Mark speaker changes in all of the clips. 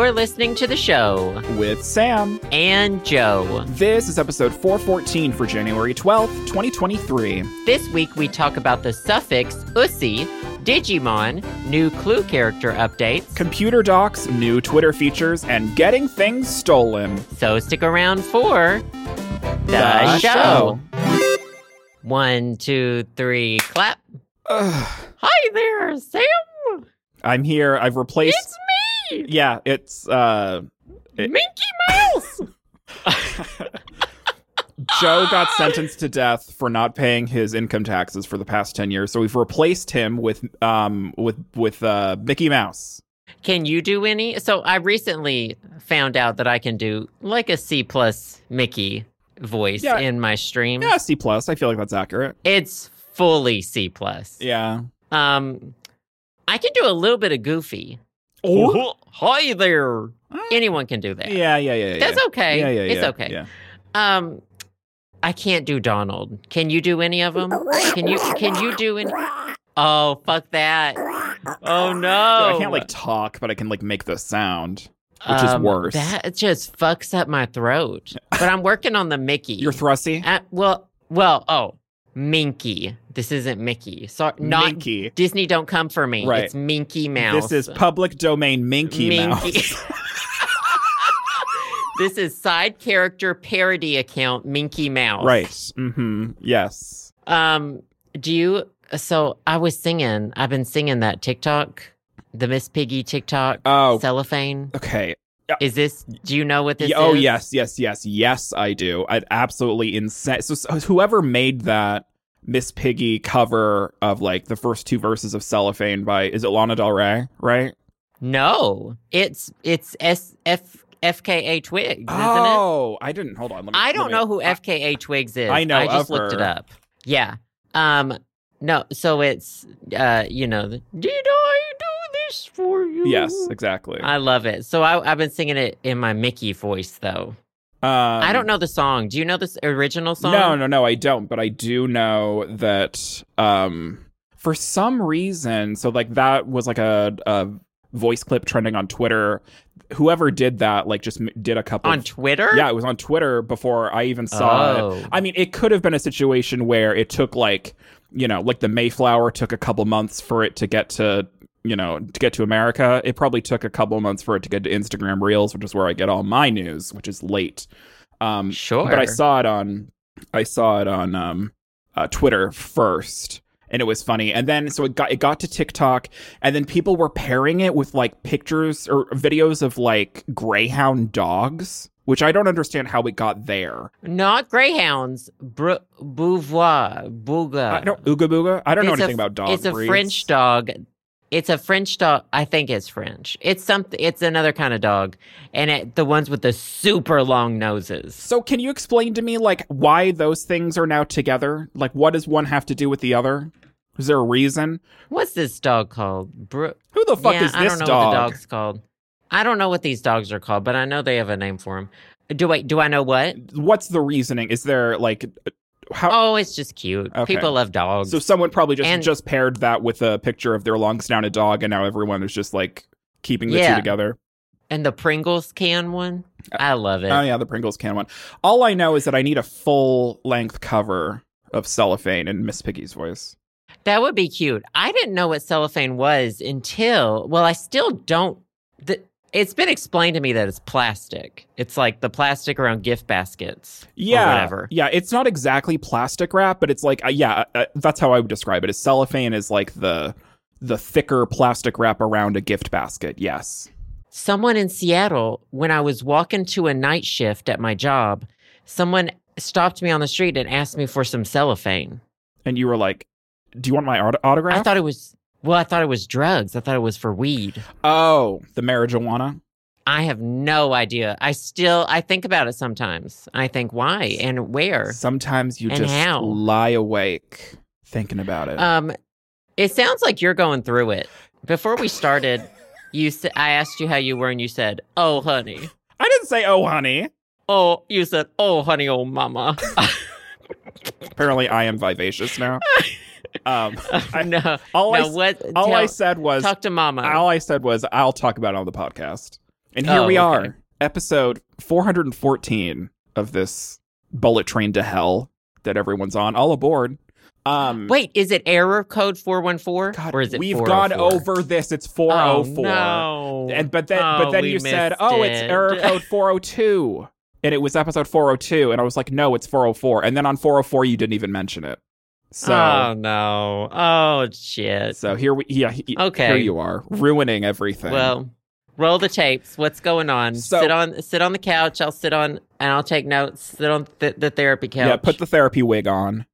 Speaker 1: are listening to the show
Speaker 2: with Sam.
Speaker 1: and Joe.
Speaker 2: This is episode 414 for January 12th, 2023.
Speaker 1: This week we talk about the suffix ussy, Digimon, new clue character updates.
Speaker 2: Computer docs, new Twitter features, and getting things stolen.
Speaker 1: So stick around for the, show. One, two, three, clap.
Speaker 2: Ugh.
Speaker 1: Hi there, Sam.
Speaker 2: I'm here. I've replaced.
Speaker 1: It's me,
Speaker 2: yeah, it's uh It-
Speaker 1: Minky Mouse.
Speaker 2: Joe got sentenced to death for not paying his income taxes for the past 10 years. So we've replaced him with um with with uh Mickey Mouse.
Speaker 1: Can you do any? So I recently found out that I can do like a C plus Mickey voice
Speaker 2: Yeah.
Speaker 1: in my stream.
Speaker 2: Yeah, C plus. I feel like that's accurate.
Speaker 1: It's fully C plus.
Speaker 2: Yeah.
Speaker 1: Um, I can do a little bit of Goofy.
Speaker 2: Oh.
Speaker 1: Hi there. Anyone can do that.
Speaker 2: Yeah, yeah, yeah. yeah.
Speaker 1: That's okay.
Speaker 2: Yeah, yeah, yeah.
Speaker 1: It's okay.
Speaker 2: Yeah.
Speaker 1: Um, I can't do Donald. Can you do any of them? Can you? Can you do any? Oh fuck that! Oh no!
Speaker 2: I can't like talk, but I can like make the sound. which is worse.
Speaker 1: Um, That just fucks up my throat. But I'm working on the Mickey.
Speaker 2: You're thrusty?
Speaker 1: Uh, well, well, oh, Minky. This isn't Mickey. Sorry, not
Speaker 2: Minky.
Speaker 1: Disney. Don't come for me.
Speaker 2: Right.
Speaker 1: It's Minky Mouse.
Speaker 2: This is public domain Minky, Mouse.
Speaker 1: this is side character parody account Minky Mouse.
Speaker 2: Right. Mm-hmm. Yes.
Speaker 1: Um. Do you? So I was singing. I've been singing that TikTok, the Miss Piggy TikTok.
Speaker 2: Oh.
Speaker 1: Cellophane.
Speaker 2: Okay.
Speaker 1: Is this? Do you know what this
Speaker 2: Yeah, oh
Speaker 1: is?
Speaker 2: yes, yes, yes, yes. I do. I'd absolutely insane. So, so whoever made that Miss Piggy cover of like the first two verses of Cellophane by is it Lana Del Rey? Right?
Speaker 1: No, it's it's S F F K A Twigs, isn't it?
Speaker 2: oh, I didn't. Hold on. Let me,
Speaker 1: I
Speaker 2: let
Speaker 1: don't
Speaker 2: me-
Speaker 1: know who F K A Twigs is.
Speaker 2: I know
Speaker 1: I just
Speaker 2: of
Speaker 1: looked it
Speaker 2: her.
Speaker 1: up. Yeah. Um. No. So it's uh. You know. the, Did I do this for you?
Speaker 2: Yes, exactly.
Speaker 1: I love it. So I, I've been singing it in my Mickey voice, though.
Speaker 2: Um,
Speaker 1: I don't know the song. Do you know this original song?
Speaker 2: No, no, no, I don't. But I do know that um, for some reason, so like that was like a, a voice clip trending on Twitter. Whoever did that, like, just m- did a couple.
Speaker 1: On
Speaker 2: of-
Speaker 1: Twitter?
Speaker 2: yeah, it was on Twitter before I even saw
Speaker 1: Oh.
Speaker 2: it. I mean, it could have been a situation where it took like you know, like the Mayflower took a couple months for it to get to you know to get to America. It probably took a couple months for it to get to Instagram Reels, which is where I get all my news, which is late. Um,
Speaker 1: Sure.
Speaker 2: but I saw it on I saw it on um, uh, Twitter first, and it was funny. And then so it got it got to TikTok, and then people were pairing it with like pictures or videos of like greyhound dogs, which I don't understand how it got there.
Speaker 1: Not Greyhounds. Br- Beauvoir. Booga.
Speaker 2: I don't ooga booga. I don't know
Speaker 1: It's a-
Speaker 2: anything about dogs.
Speaker 1: It's a French dog. It's a French dog. I think it's French. It's something. It's another kind of dog, and it, the ones with the super long noses.
Speaker 2: So can you explain to me like why those things are now together? Like what does one have to do with the other? Is there a reason?
Speaker 1: What's this dog called? Bru-
Speaker 2: Who the fuck
Speaker 1: yeah,
Speaker 2: is this
Speaker 1: I don't know
Speaker 2: dog?
Speaker 1: what the dog's called. I don't know what these dogs are called, but I know they have a name for them. Do I? Do I know what?
Speaker 2: What's the reasoning? Is there like how
Speaker 1: Oh, it's just cute.
Speaker 2: Okay.
Speaker 1: People love dogs.
Speaker 2: So someone probably just
Speaker 1: And-
Speaker 2: just paired that with a picture of their long snouted dog, and now everyone is just like keeping the
Speaker 1: Yeah.
Speaker 2: two together.
Speaker 1: and the Pringles can one. I love it.
Speaker 2: Oh yeah, the Pringles can one. All I know is that I need a full length cover of cellophane in Miss Piggy's voice.
Speaker 1: That would be cute. I didn't know what cellophane was until, well, I still don't. The, it's been explained to me that it's plastic. It's like the plastic around gift baskets.
Speaker 2: Yeah,
Speaker 1: Or whatever.
Speaker 2: yeah. It's not exactly plastic wrap, but it's like uh, yeah, uh, that's how I would describe it. Is cellophane is like the the thicker plastic wrap around a gift basket. Yes.
Speaker 1: Someone in Seattle, when I was walking to a night shift at my job, someone stopped me on the street and asked me for some cellophane.
Speaker 2: And you were like, "Do you want my aut- autograph?"
Speaker 1: I thought it was, well, I thought it was drugs. I thought it was for weed.
Speaker 2: oh, the marijuana.
Speaker 1: I have no idea. I still, I think about it sometimes. I think why and where.
Speaker 2: Sometimes you
Speaker 1: And
Speaker 2: just
Speaker 1: how?
Speaker 2: lie awake thinking about it.
Speaker 1: Um, it sounds like you're going through it. Before we started, you s- I asked you how you were, and you said, "Oh, honey."
Speaker 2: I didn't say, oh, honey.
Speaker 1: Oh, you said, "Oh, honey, oh, mama."
Speaker 2: Apparently, I am vivacious now. um, I-
Speaker 1: no,
Speaker 2: all I,
Speaker 1: no.
Speaker 2: s-
Speaker 1: What?
Speaker 2: all I
Speaker 1: tell-
Speaker 2: said was,
Speaker 1: talk to mama.
Speaker 2: all I said was, I'll talk about it on the podcast. And here
Speaker 1: Oh,
Speaker 2: we
Speaker 1: okay.
Speaker 2: are, episode 414 of this bullet train to hell that everyone's on. All aboard. Um,
Speaker 1: Wait, is it error code 414
Speaker 2: God,
Speaker 1: or is it
Speaker 2: we've
Speaker 1: 404?
Speaker 2: gone over this. It's 404.
Speaker 1: Oh, no.
Speaker 2: And but then but
Speaker 1: Oh,
Speaker 2: then
Speaker 1: we
Speaker 2: you said,
Speaker 1: missed
Speaker 2: "Oh, it's
Speaker 1: it."
Speaker 2: error code 402." And it was episode 402 and I was like, "No, it's 404." And then on 404 you didn't even mention it. So
Speaker 1: oh no. Oh shit.
Speaker 2: so here we yeah, he-
Speaker 1: Okay.
Speaker 2: here you are, ruining everything.
Speaker 1: Well, roll the tapes. What's going on?
Speaker 2: So-
Speaker 1: sit on sit on the couch. I'll sit on and I'll take notes. Sit on th- the therapy couch.
Speaker 2: Yeah, put the therapy wig on.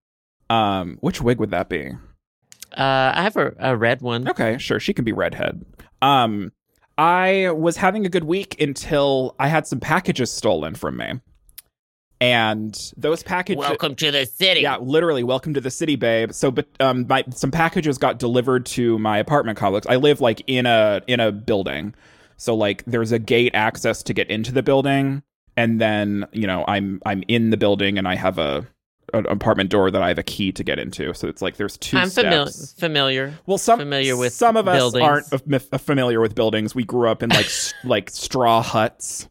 Speaker 2: Um, which wig would that be?
Speaker 1: uh, I have a, a red one.
Speaker 2: Okay, sure, she can be redhead. Um, I was having a good week until I had some packages stolen from me, and those packages.
Speaker 1: Welcome to the city.
Speaker 2: Yeah, literally, welcome to the city, babe. So, but um, my some packages got delivered to my apartment complex. I live like in a in a building, so like there's a gate access to get into the building, and then you know I'm I'm in the building and I have a an apartment door that I have a key to get into. So it's like there's 2
Speaker 1: I'm familiar.
Speaker 2: steps.
Speaker 1: Familiar.
Speaker 2: Well, some
Speaker 1: familiar with
Speaker 2: some of us
Speaker 1: buildings.
Speaker 2: aren't f- m- f- familiar with buildings. We grew up in like s- like straw huts.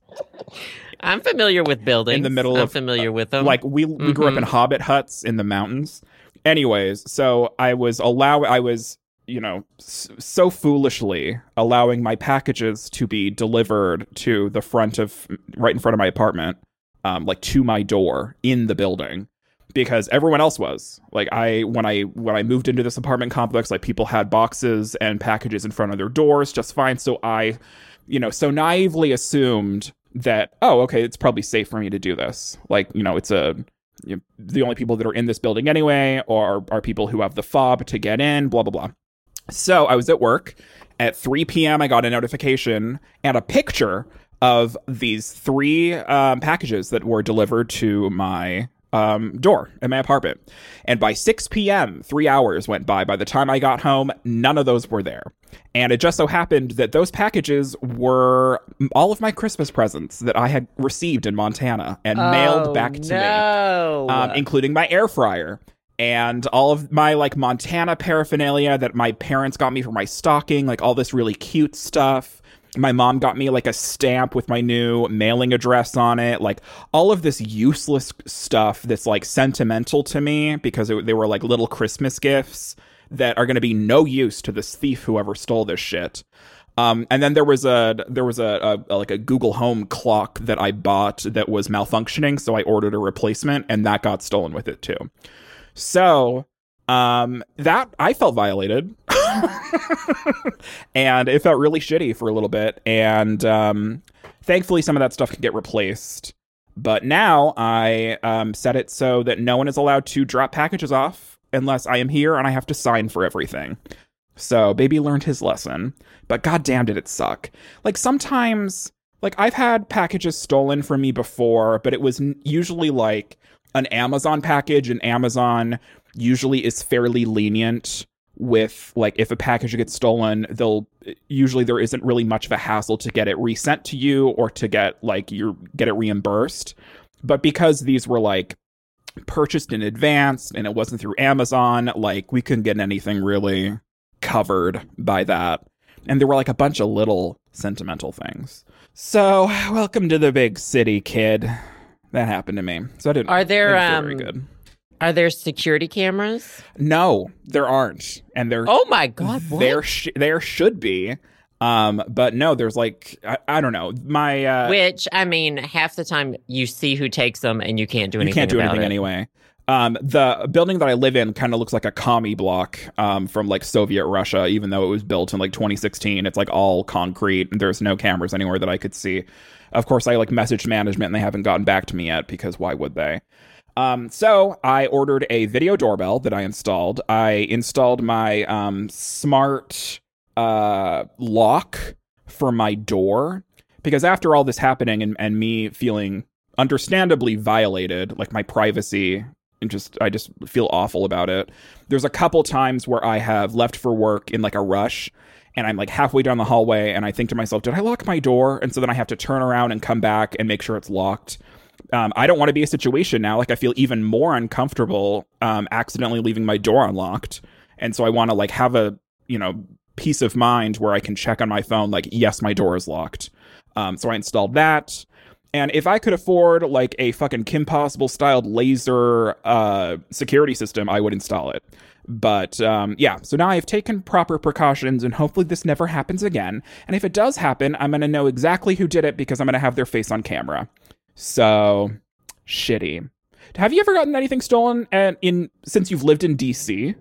Speaker 1: I'm familiar with buildings.
Speaker 2: the middle
Speaker 1: I'm
Speaker 2: of-
Speaker 1: familiar with them.
Speaker 2: Like we we grew up in hobbit huts in the mountains. Anyways, so I was allow I was you know s- so foolishly allowing my packages to be delivered to the front of right in front of my apartment, um, like to my door in the building. because everyone else was like i when i when i moved into this apartment complex like people had boxes and packages in front of their doors just fine so i you know so naively assumed that oh okay it's probably safe for me to do this like you know it's a you know, the only people that are in this building anyway are are people who have the fob to get in blah blah blah so I was at work at 3 p.m. I got a notification and a picture of these three um, packages that were delivered to my um, door at my apartment. And by 6 p.m., three hours went by. By the time I got home, none of those were there. And it just so happened that those packages were all of my Christmas presents that I had received in Montana and mailed back to me
Speaker 1: Oh, no.
Speaker 2: um, including my air fryer and all of my like Montana paraphernalia that my parents got me for my stocking, like all this really cute stuff. My mom got me like a stamp with my new mailing address on it, like all of this useless stuff that's like sentimental to me because it, they were like little Christmas gifts that are going to be no use to this thief whoever stole this shit. Um, and then there was a there was a, a, a- like a Google Home clock that I bought that was malfunctioning, so I ordered a replacement, and that got stolen with it too. So um, that I felt violated, and it felt really shitty for a little bit. And um, thankfully, some of that stuff can get replaced. But now I um, set it so that no one is allowed to drop packages off unless I am here and I have to sign for everything. So baby learned his lesson, but goddamn did it suck. Like sometimes, like I've had packages stolen from me before, but it was n- usually like an Amazon package, and Amazon usually is fairly lenient with like if a package gets stolen, they'll usually there isn't really much of a hassle to get it resent to you or to get like your get it reimbursed. But because these were like purchased in advance and it wasn't through Amazon, like we couldn't get anything really covered by that. And there were like a bunch of little sentimental things. So, welcome to the big city, kid. That happened to me. So I didn't.
Speaker 1: Are there,
Speaker 2: didn't feel
Speaker 1: um,
Speaker 2: very good?
Speaker 1: Are there security cameras?
Speaker 2: No, there aren't, and there
Speaker 1: Oh my god! What?
Speaker 2: there sh- there should be, um, but no, there's like I, I don't know. My uh,
Speaker 1: Which I mean, half the time you see who takes them, and you can't do
Speaker 2: you
Speaker 1: anything.
Speaker 2: can't do
Speaker 1: about
Speaker 2: anything
Speaker 1: it.
Speaker 2: anyway. Um, the building that I live in kind of looks like a commie block um, from like Soviet Russia, even though it was built in like 2016. It's like all concrete. And there's no cameras anywhere that I could see. Of course, I like messaged management and they haven't gotten back to me yet because why would they? Um, so I ordered a video doorbell that I installed. I installed my um, smart uh, lock for my door because after all this happening and, and me feeling understandably violated, like my privacy, and just I just feel awful about it. There's a couple times where I have left for work in like a rush and I'm like halfway down the hallway and I think to myself, did I lock my door? And so then I have to turn around and come back and make sure it's locked. Um, I don't want to be a situation now. Like I feel even more uncomfortable um, accidentally leaving my door unlocked. And so I want to like have a, you know, peace of mind where I can check on my phone, like, yes, my door is locked. Um, so I installed that. And if I could afford like a fucking Kim Possible styled laser uh, security system, I would install it. But um, yeah, so now I've taken proper precautions and hopefully this never happens again. And if it does happen, I'm going to know exactly who did it because I'm going to have their face on camera. So shitty. Have you ever gotten anything stolen and in since you've lived in DC?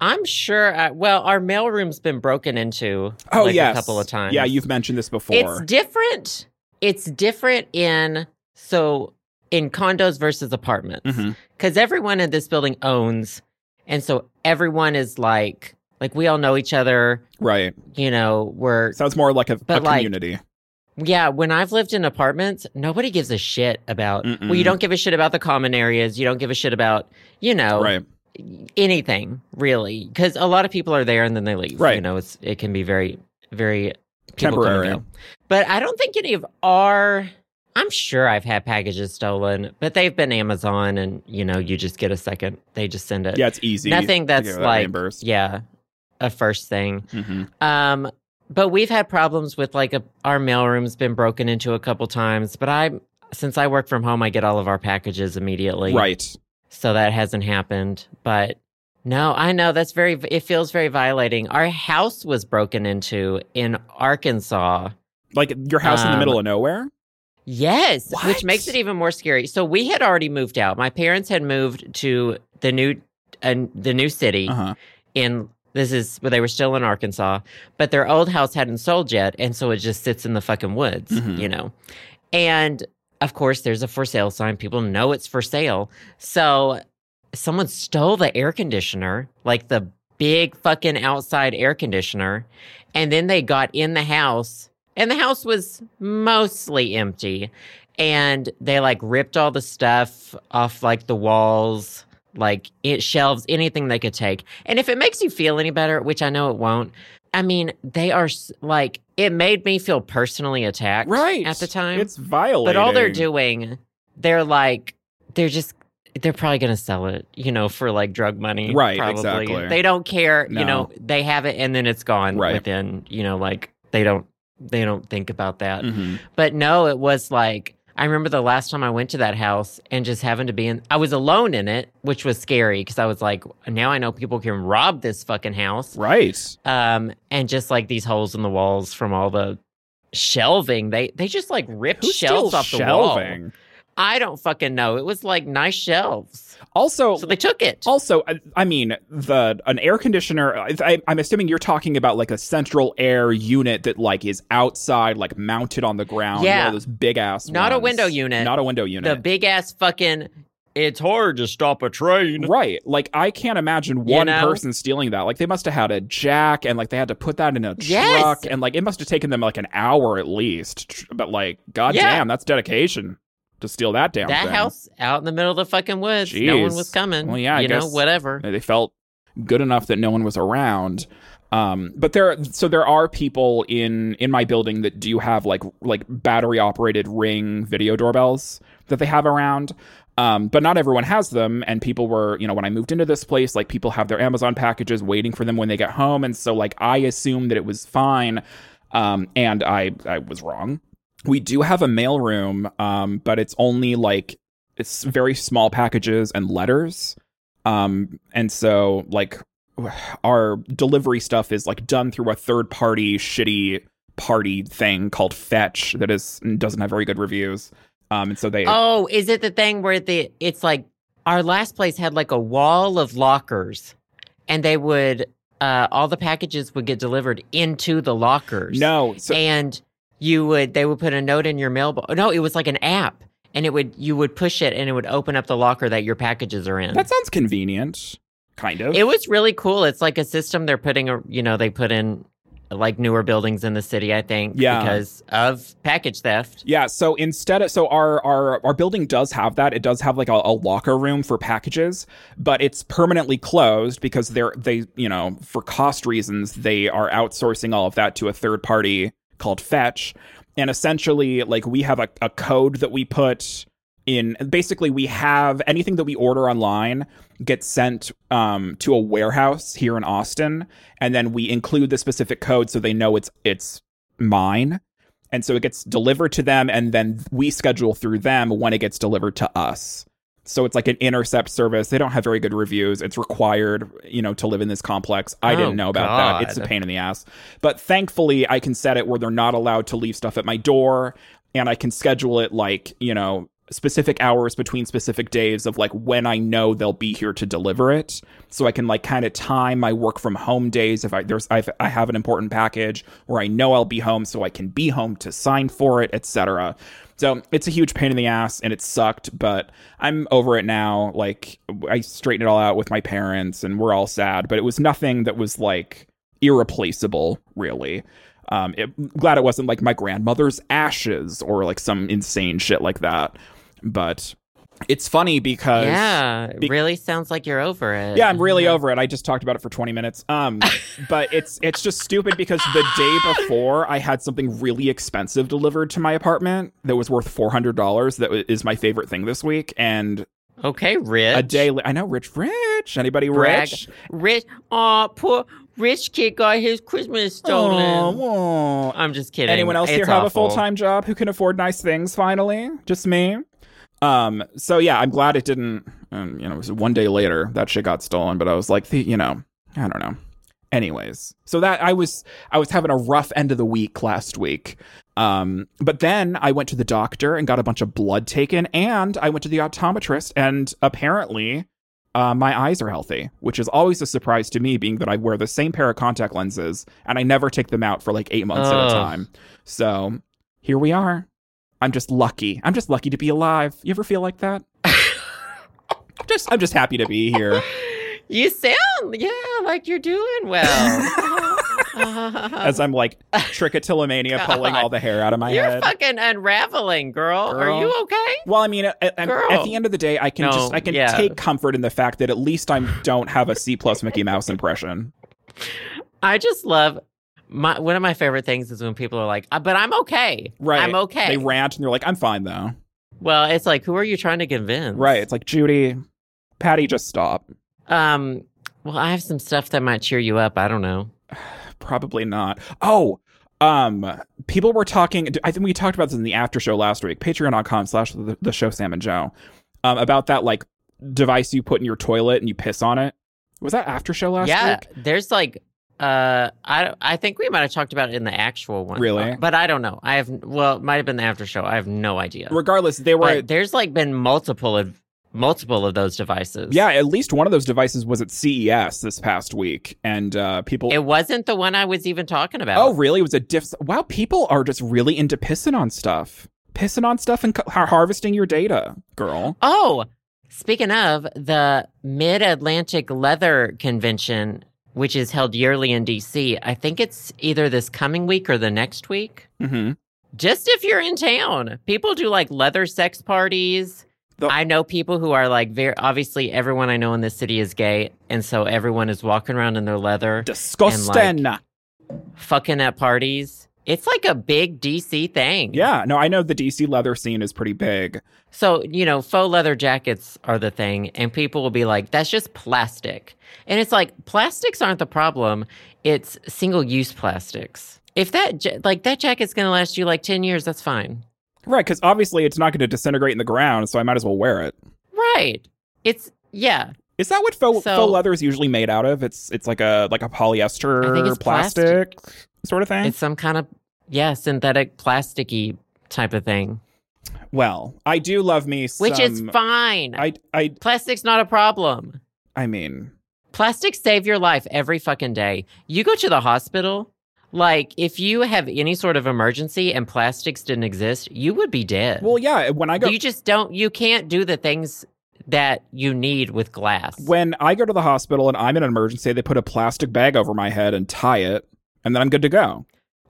Speaker 1: I'm sure. I, well, our mailroom's been broken into.
Speaker 2: Oh
Speaker 1: like,
Speaker 2: yes.
Speaker 1: a couple of times.
Speaker 2: Yeah, you've mentioned this before.
Speaker 1: It's different. It's different in so in condos versus apartments
Speaker 2: Mhm.
Speaker 1: because everyone in this building owns, and so everyone is like like we all know each other.
Speaker 2: Right.
Speaker 1: You know, we're
Speaker 2: Sounds more like a, a
Speaker 1: But, like,
Speaker 2: community.
Speaker 1: Yeah, when I've lived in apartments, nobody gives a shit about. Well,
Speaker 2: Mm-mm.
Speaker 1: you don't give a shit about the common areas. You don't give a shit about, you know,
Speaker 2: Right.
Speaker 1: anything really, because a lot of people are there and then they leave.
Speaker 2: Right.
Speaker 1: You know, it's it can be very, very people come and
Speaker 2: Temporary.
Speaker 1: go. But I don't think any of our. I'm sure I've had packages stolen, but they've been Amazon, and you know, you just get a second. They just send it.
Speaker 2: Yeah, it's easy.
Speaker 1: uh, Nothing
Speaker 2: to
Speaker 1: that's
Speaker 2: get that
Speaker 1: like
Speaker 2: reimbursed.
Speaker 1: yeah, a first thing.
Speaker 2: hmm
Speaker 1: Um, but we've had problems with like a, our mailroom's been broken into a couple times. But I, since I work from home, I get all of our packages immediately.
Speaker 2: Right.
Speaker 1: So that hasn't happened. But no, I know that's very. It feels very violating. Our house was broken into in Arkansas.
Speaker 2: Like your house in the
Speaker 1: Um,
Speaker 2: middle of nowhere.
Speaker 1: Yes,
Speaker 2: What?
Speaker 1: which makes it even more scary. So we had already moved out. My parents had moved to the new, uh, the new city
Speaker 2: Uh huh.
Speaker 1: in this is well, they were still in Arkansas, but their old house hadn't sold yet, and so it just sits in the fucking woods,
Speaker 2: Mhm.
Speaker 1: you know. And of course, there's a for sale sign. People know it's for sale. So someone stole the air conditioner, like the big fucking outside air conditioner, and then they got in the house, and the house was mostly empty. And they like ripped all the stuff off like the walls, like it shelves, anything they could take. And if it makes you feel any better, which I know it won't, I mean, they are s- like, it made me feel personally attacked
Speaker 2: Right.
Speaker 1: at the time.
Speaker 2: it's violating.
Speaker 1: But all they're doing, they're like, they're just, they're probably going to sell it, you know, for like drug money.
Speaker 2: Right,
Speaker 1: Probably.
Speaker 2: exactly.
Speaker 1: They don't care,
Speaker 2: No.
Speaker 1: you know, they have it and then it's gone
Speaker 2: Right.
Speaker 1: within, you know, like they don't, they don't think about that.
Speaker 2: Mhm.
Speaker 1: But no, it was like, I remember the last time I went to that house and just having to be in, I was alone in it, which was scary because I was like, now I know people can rob this fucking house.
Speaker 2: Right.
Speaker 1: Um, and just like these holes in the walls from all the shelving, they, they just like ripped
Speaker 2: Who
Speaker 1: shelves
Speaker 2: steals
Speaker 1: off the wall.
Speaker 2: shelving?
Speaker 1: I don't fucking know. It was like nice shelves.
Speaker 2: Also,
Speaker 1: So they took it.
Speaker 2: also, I, I mean, the an air conditioner. I- I, I'm assuming you're talking about like a central air unit that like is outside, like mounted on the ground.
Speaker 1: Yeah.
Speaker 2: one of those big ass.
Speaker 1: Not a window unit.
Speaker 2: Not a window
Speaker 1: the
Speaker 2: unit.
Speaker 1: big ass fucking, it's hard to stop a train.
Speaker 2: Right. Like I can't imagine
Speaker 1: You
Speaker 2: one
Speaker 1: know?
Speaker 2: person stealing that. Like they must have had a jack and like they had to put that in a
Speaker 1: Yes.
Speaker 2: truck and like it must have taken them like an hour at least. Tr- But like goddamn,
Speaker 1: Yeah.
Speaker 2: that's dedication to steal that damn
Speaker 1: That
Speaker 2: thing.
Speaker 1: house out in the middle of the fucking woods. No one
Speaker 2: Jeez.
Speaker 1: was coming.
Speaker 2: Well, yeah, I
Speaker 1: you know,
Speaker 2: guess-
Speaker 1: whatever.
Speaker 2: They felt good enough that no one was around. Um, but there, so there are people in in my building that do have like like battery operated ring video doorbells that they have around. Um, but not everyone has them, and people were, you know, when I moved into this place, like people have their Amazon packages waiting for them when they get home, and so like I assumed that it was fine, um, and I I was wrong. We do have a mailroom, um, but it's only like it's very small packages and letters um and so like our delivery stuff is like done through a third party shitty party thing called fetch that is doesn't have very good reviews um and so they
Speaker 1: Oh, is it the thing where the it's like our last place had like a wall of lockers, and they would uh, all the packages would get delivered into the lockers.
Speaker 2: no so
Speaker 1: and you would they would put a note in your mailbox. No, it was like an app, and it would you would push it, and it would open up the locker that your packages are in.
Speaker 2: that sounds convenient kind of
Speaker 1: it was really cool. It's like a system they're putting, a, you know, they put in like newer buildings in the city, I think,
Speaker 2: Yeah.
Speaker 1: because of package theft.
Speaker 2: Yeah. So instead of so our our our building does have that. It does have like a, a locker room for packages, but it's permanently closed because they're they you know for cost reasons they are outsourcing all of that to a third party called Fetch, and essentially like we have a, a code that we put in basically we have anything that we order online gets sent um, to a warehouse here in austin and then we include the specific code so they know it's it's mine And so it gets delivered to them, and then we schedule through them when it gets delivered to us. So it's like an intercept service. They don't have very good reviews. It's required, you know, to live in this complex. I
Speaker 1: Oh,
Speaker 2: didn't know about that. It's a
Speaker 1: God.
Speaker 2: pain in the ass. But thankfully, I can set it where they're not allowed to leave stuff at my door, and I can schedule it like, you know, specific hours between specific days of like when I know they'll be here to deliver it. So I can like kind of time my work from home days if I there's I've, I have an important package where I know I'll be home so I can be home to sign for it, etc. So it's a huge pain in the ass and it sucked, but I'm over it now. Like I straightened it all out with my parents and we're all sad, but it was nothing that was like irreplaceable, really. Um, it, glad it wasn't like my grandmother's ashes or like some insane shit like that. But it's funny because
Speaker 1: yeah, it
Speaker 2: be-
Speaker 1: really sounds like you're over it.
Speaker 2: yeah, I'm really over it. I just talked about it for 20 minutes. Um, but it's it's just stupid because the day before I had something really expensive delivered to my apartment that was worth $400. That wa- is my favorite thing this week. And
Speaker 1: Okay, rich.
Speaker 2: a day, li- I know, rich, rich. Anybody
Speaker 1: Brag.
Speaker 2: rich?
Speaker 1: Rich. Aw, poor rich kid got his Christmas stolen.
Speaker 2: Oh,
Speaker 1: I'm just kidding.
Speaker 2: Anyone else
Speaker 1: It's
Speaker 2: here have a
Speaker 1: awful.
Speaker 2: full time job who can afford nice things? Finally, just me. Um. So yeah, I'm glad it didn't. Um, you know, it was one day later that shit got stolen. But I was like, the, you know, I don't know. Anyways, so that I was I was having a rough end of the week last week. Um, but then I went to the doctor and got a bunch of blood taken, and I went to the optometrist, and apparently, uh, my eyes are healthy, which is always a surprise to me, being that I wear the same pair of contact lenses and I never take them out for like eight months at
Speaker 1: Ugh.
Speaker 2: a time. So here we are. I'm just lucky. I'm just lucky to be alive. You ever feel like that? just I'm just happy to be here.
Speaker 1: You sound yeah, like you're doing well.
Speaker 2: As I'm like trichotillomania pulling all the hair out of my
Speaker 1: Oh, you're
Speaker 2: head.
Speaker 1: fucking unraveling, girl. Are
Speaker 2: Girl.
Speaker 1: you okay?
Speaker 2: Well, I mean, at, at- I'm-
Speaker 1: Girl.
Speaker 2: at the end of the day, I can
Speaker 1: No,
Speaker 2: just I can
Speaker 1: yeah.
Speaker 2: take comfort in the fact that at least I don't have a C plus Mickey Mouse impression.
Speaker 1: I just love my one of my favorite things is when people are like, "Uh, "But I'm okay.
Speaker 2: Right?
Speaker 1: I'm okay."
Speaker 2: They rant and they're like, "I'm fine though."
Speaker 1: well, it's like, who are you trying to convince?
Speaker 2: Right? It's like Judy, Patty, just stop.
Speaker 1: Um. Well, I have some stuff that might cheer you up. I don't know.
Speaker 2: Probably not. Oh, um, people were talking. I think we talked about this in the after show last week. Patreon.com slash the the show Sam and Joe um, about that like device you put in your toilet and you piss on it. Was that after show last
Speaker 1: yeah,
Speaker 2: week?
Speaker 1: there's like, uh, I I think we might have talked about it in the actual one.
Speaker 2: Really?
Speaker 1: But I don't know. I have well, it might have been the after show. I have no idea.
Speaker 2: Regardless, they were
Speaker 1: But there's like been multiple of multiple of those devices.
Speaker 2: Yeah, at least one of those devices was at CES this past week, and uh, people.
Speaker 1: It wasn't the one I was even talking about.
Speaker 2: oh, really? It was a diff. Wow, people are just really into pissing on stuff, pissing on stuff, and co- har- harvesting your data, girl.
Speaker 1: Oh, speaking of the Mid Atlantic Leather Convention, which is held yearly in DC, I think it's either this coming week or the next week.
Speaker 2: Mm-hmm.
Speaker 1: Just if you're in town, people do like leather sex parties.
Speaker 2: The-
Speaker 1: I know people who are like very obviously everyone I know in this city is gay, and so everyone is walking around in their leather,
Speaker 2: Disgusting.
Speaker 1: fucking at parties. It's like a big DC thing.
Speaker 2: yeah, no, I know the DC leather scene is pretty big.
Speaker 1: So, you know, faux leather jackets are the thing, and people will be like, that's just plastic. And it's like, plastics aren't the problem, it's single use plastics. If that, ja- like, that jacket's gonna last you like 10 years, that's fine.
Speaker 2: Right, because obviously it's not going to disintegrate in the ground, so I might as well wear it.
Speaker 1: Right. It's, yeah,
Speaker 2: Is that what faux,
Speaker 1: So-
Speaker 2: faux leather is usually made out of? It's it's like a like a polyester
Speaker 1: I think it's
Speaker 2: plastic, sort of thing.
Speaker 1: it's some kind of, yeah, synthetic plasticky type of thing,
Speaker 2: well, I do love me some.
Speaker 1: which is fine.
Speaker 2: I I
Speaker 1: Plastic's not a problem.
Speaker 2: I mean,
Speaker 1: Plastics save your life every fucking day. You go to the hospital, like if you have any sort of emergency and plastics didn't exist, you would be dead.
Speaker 2: well, yeah. When I go
Speaker 1: you just don't you can't do the things that you need with glass.
Speaker 2: when I go to the hospital and I'm in an emergency, they put a plastic bag over my head and tie it, and then I'm good to go.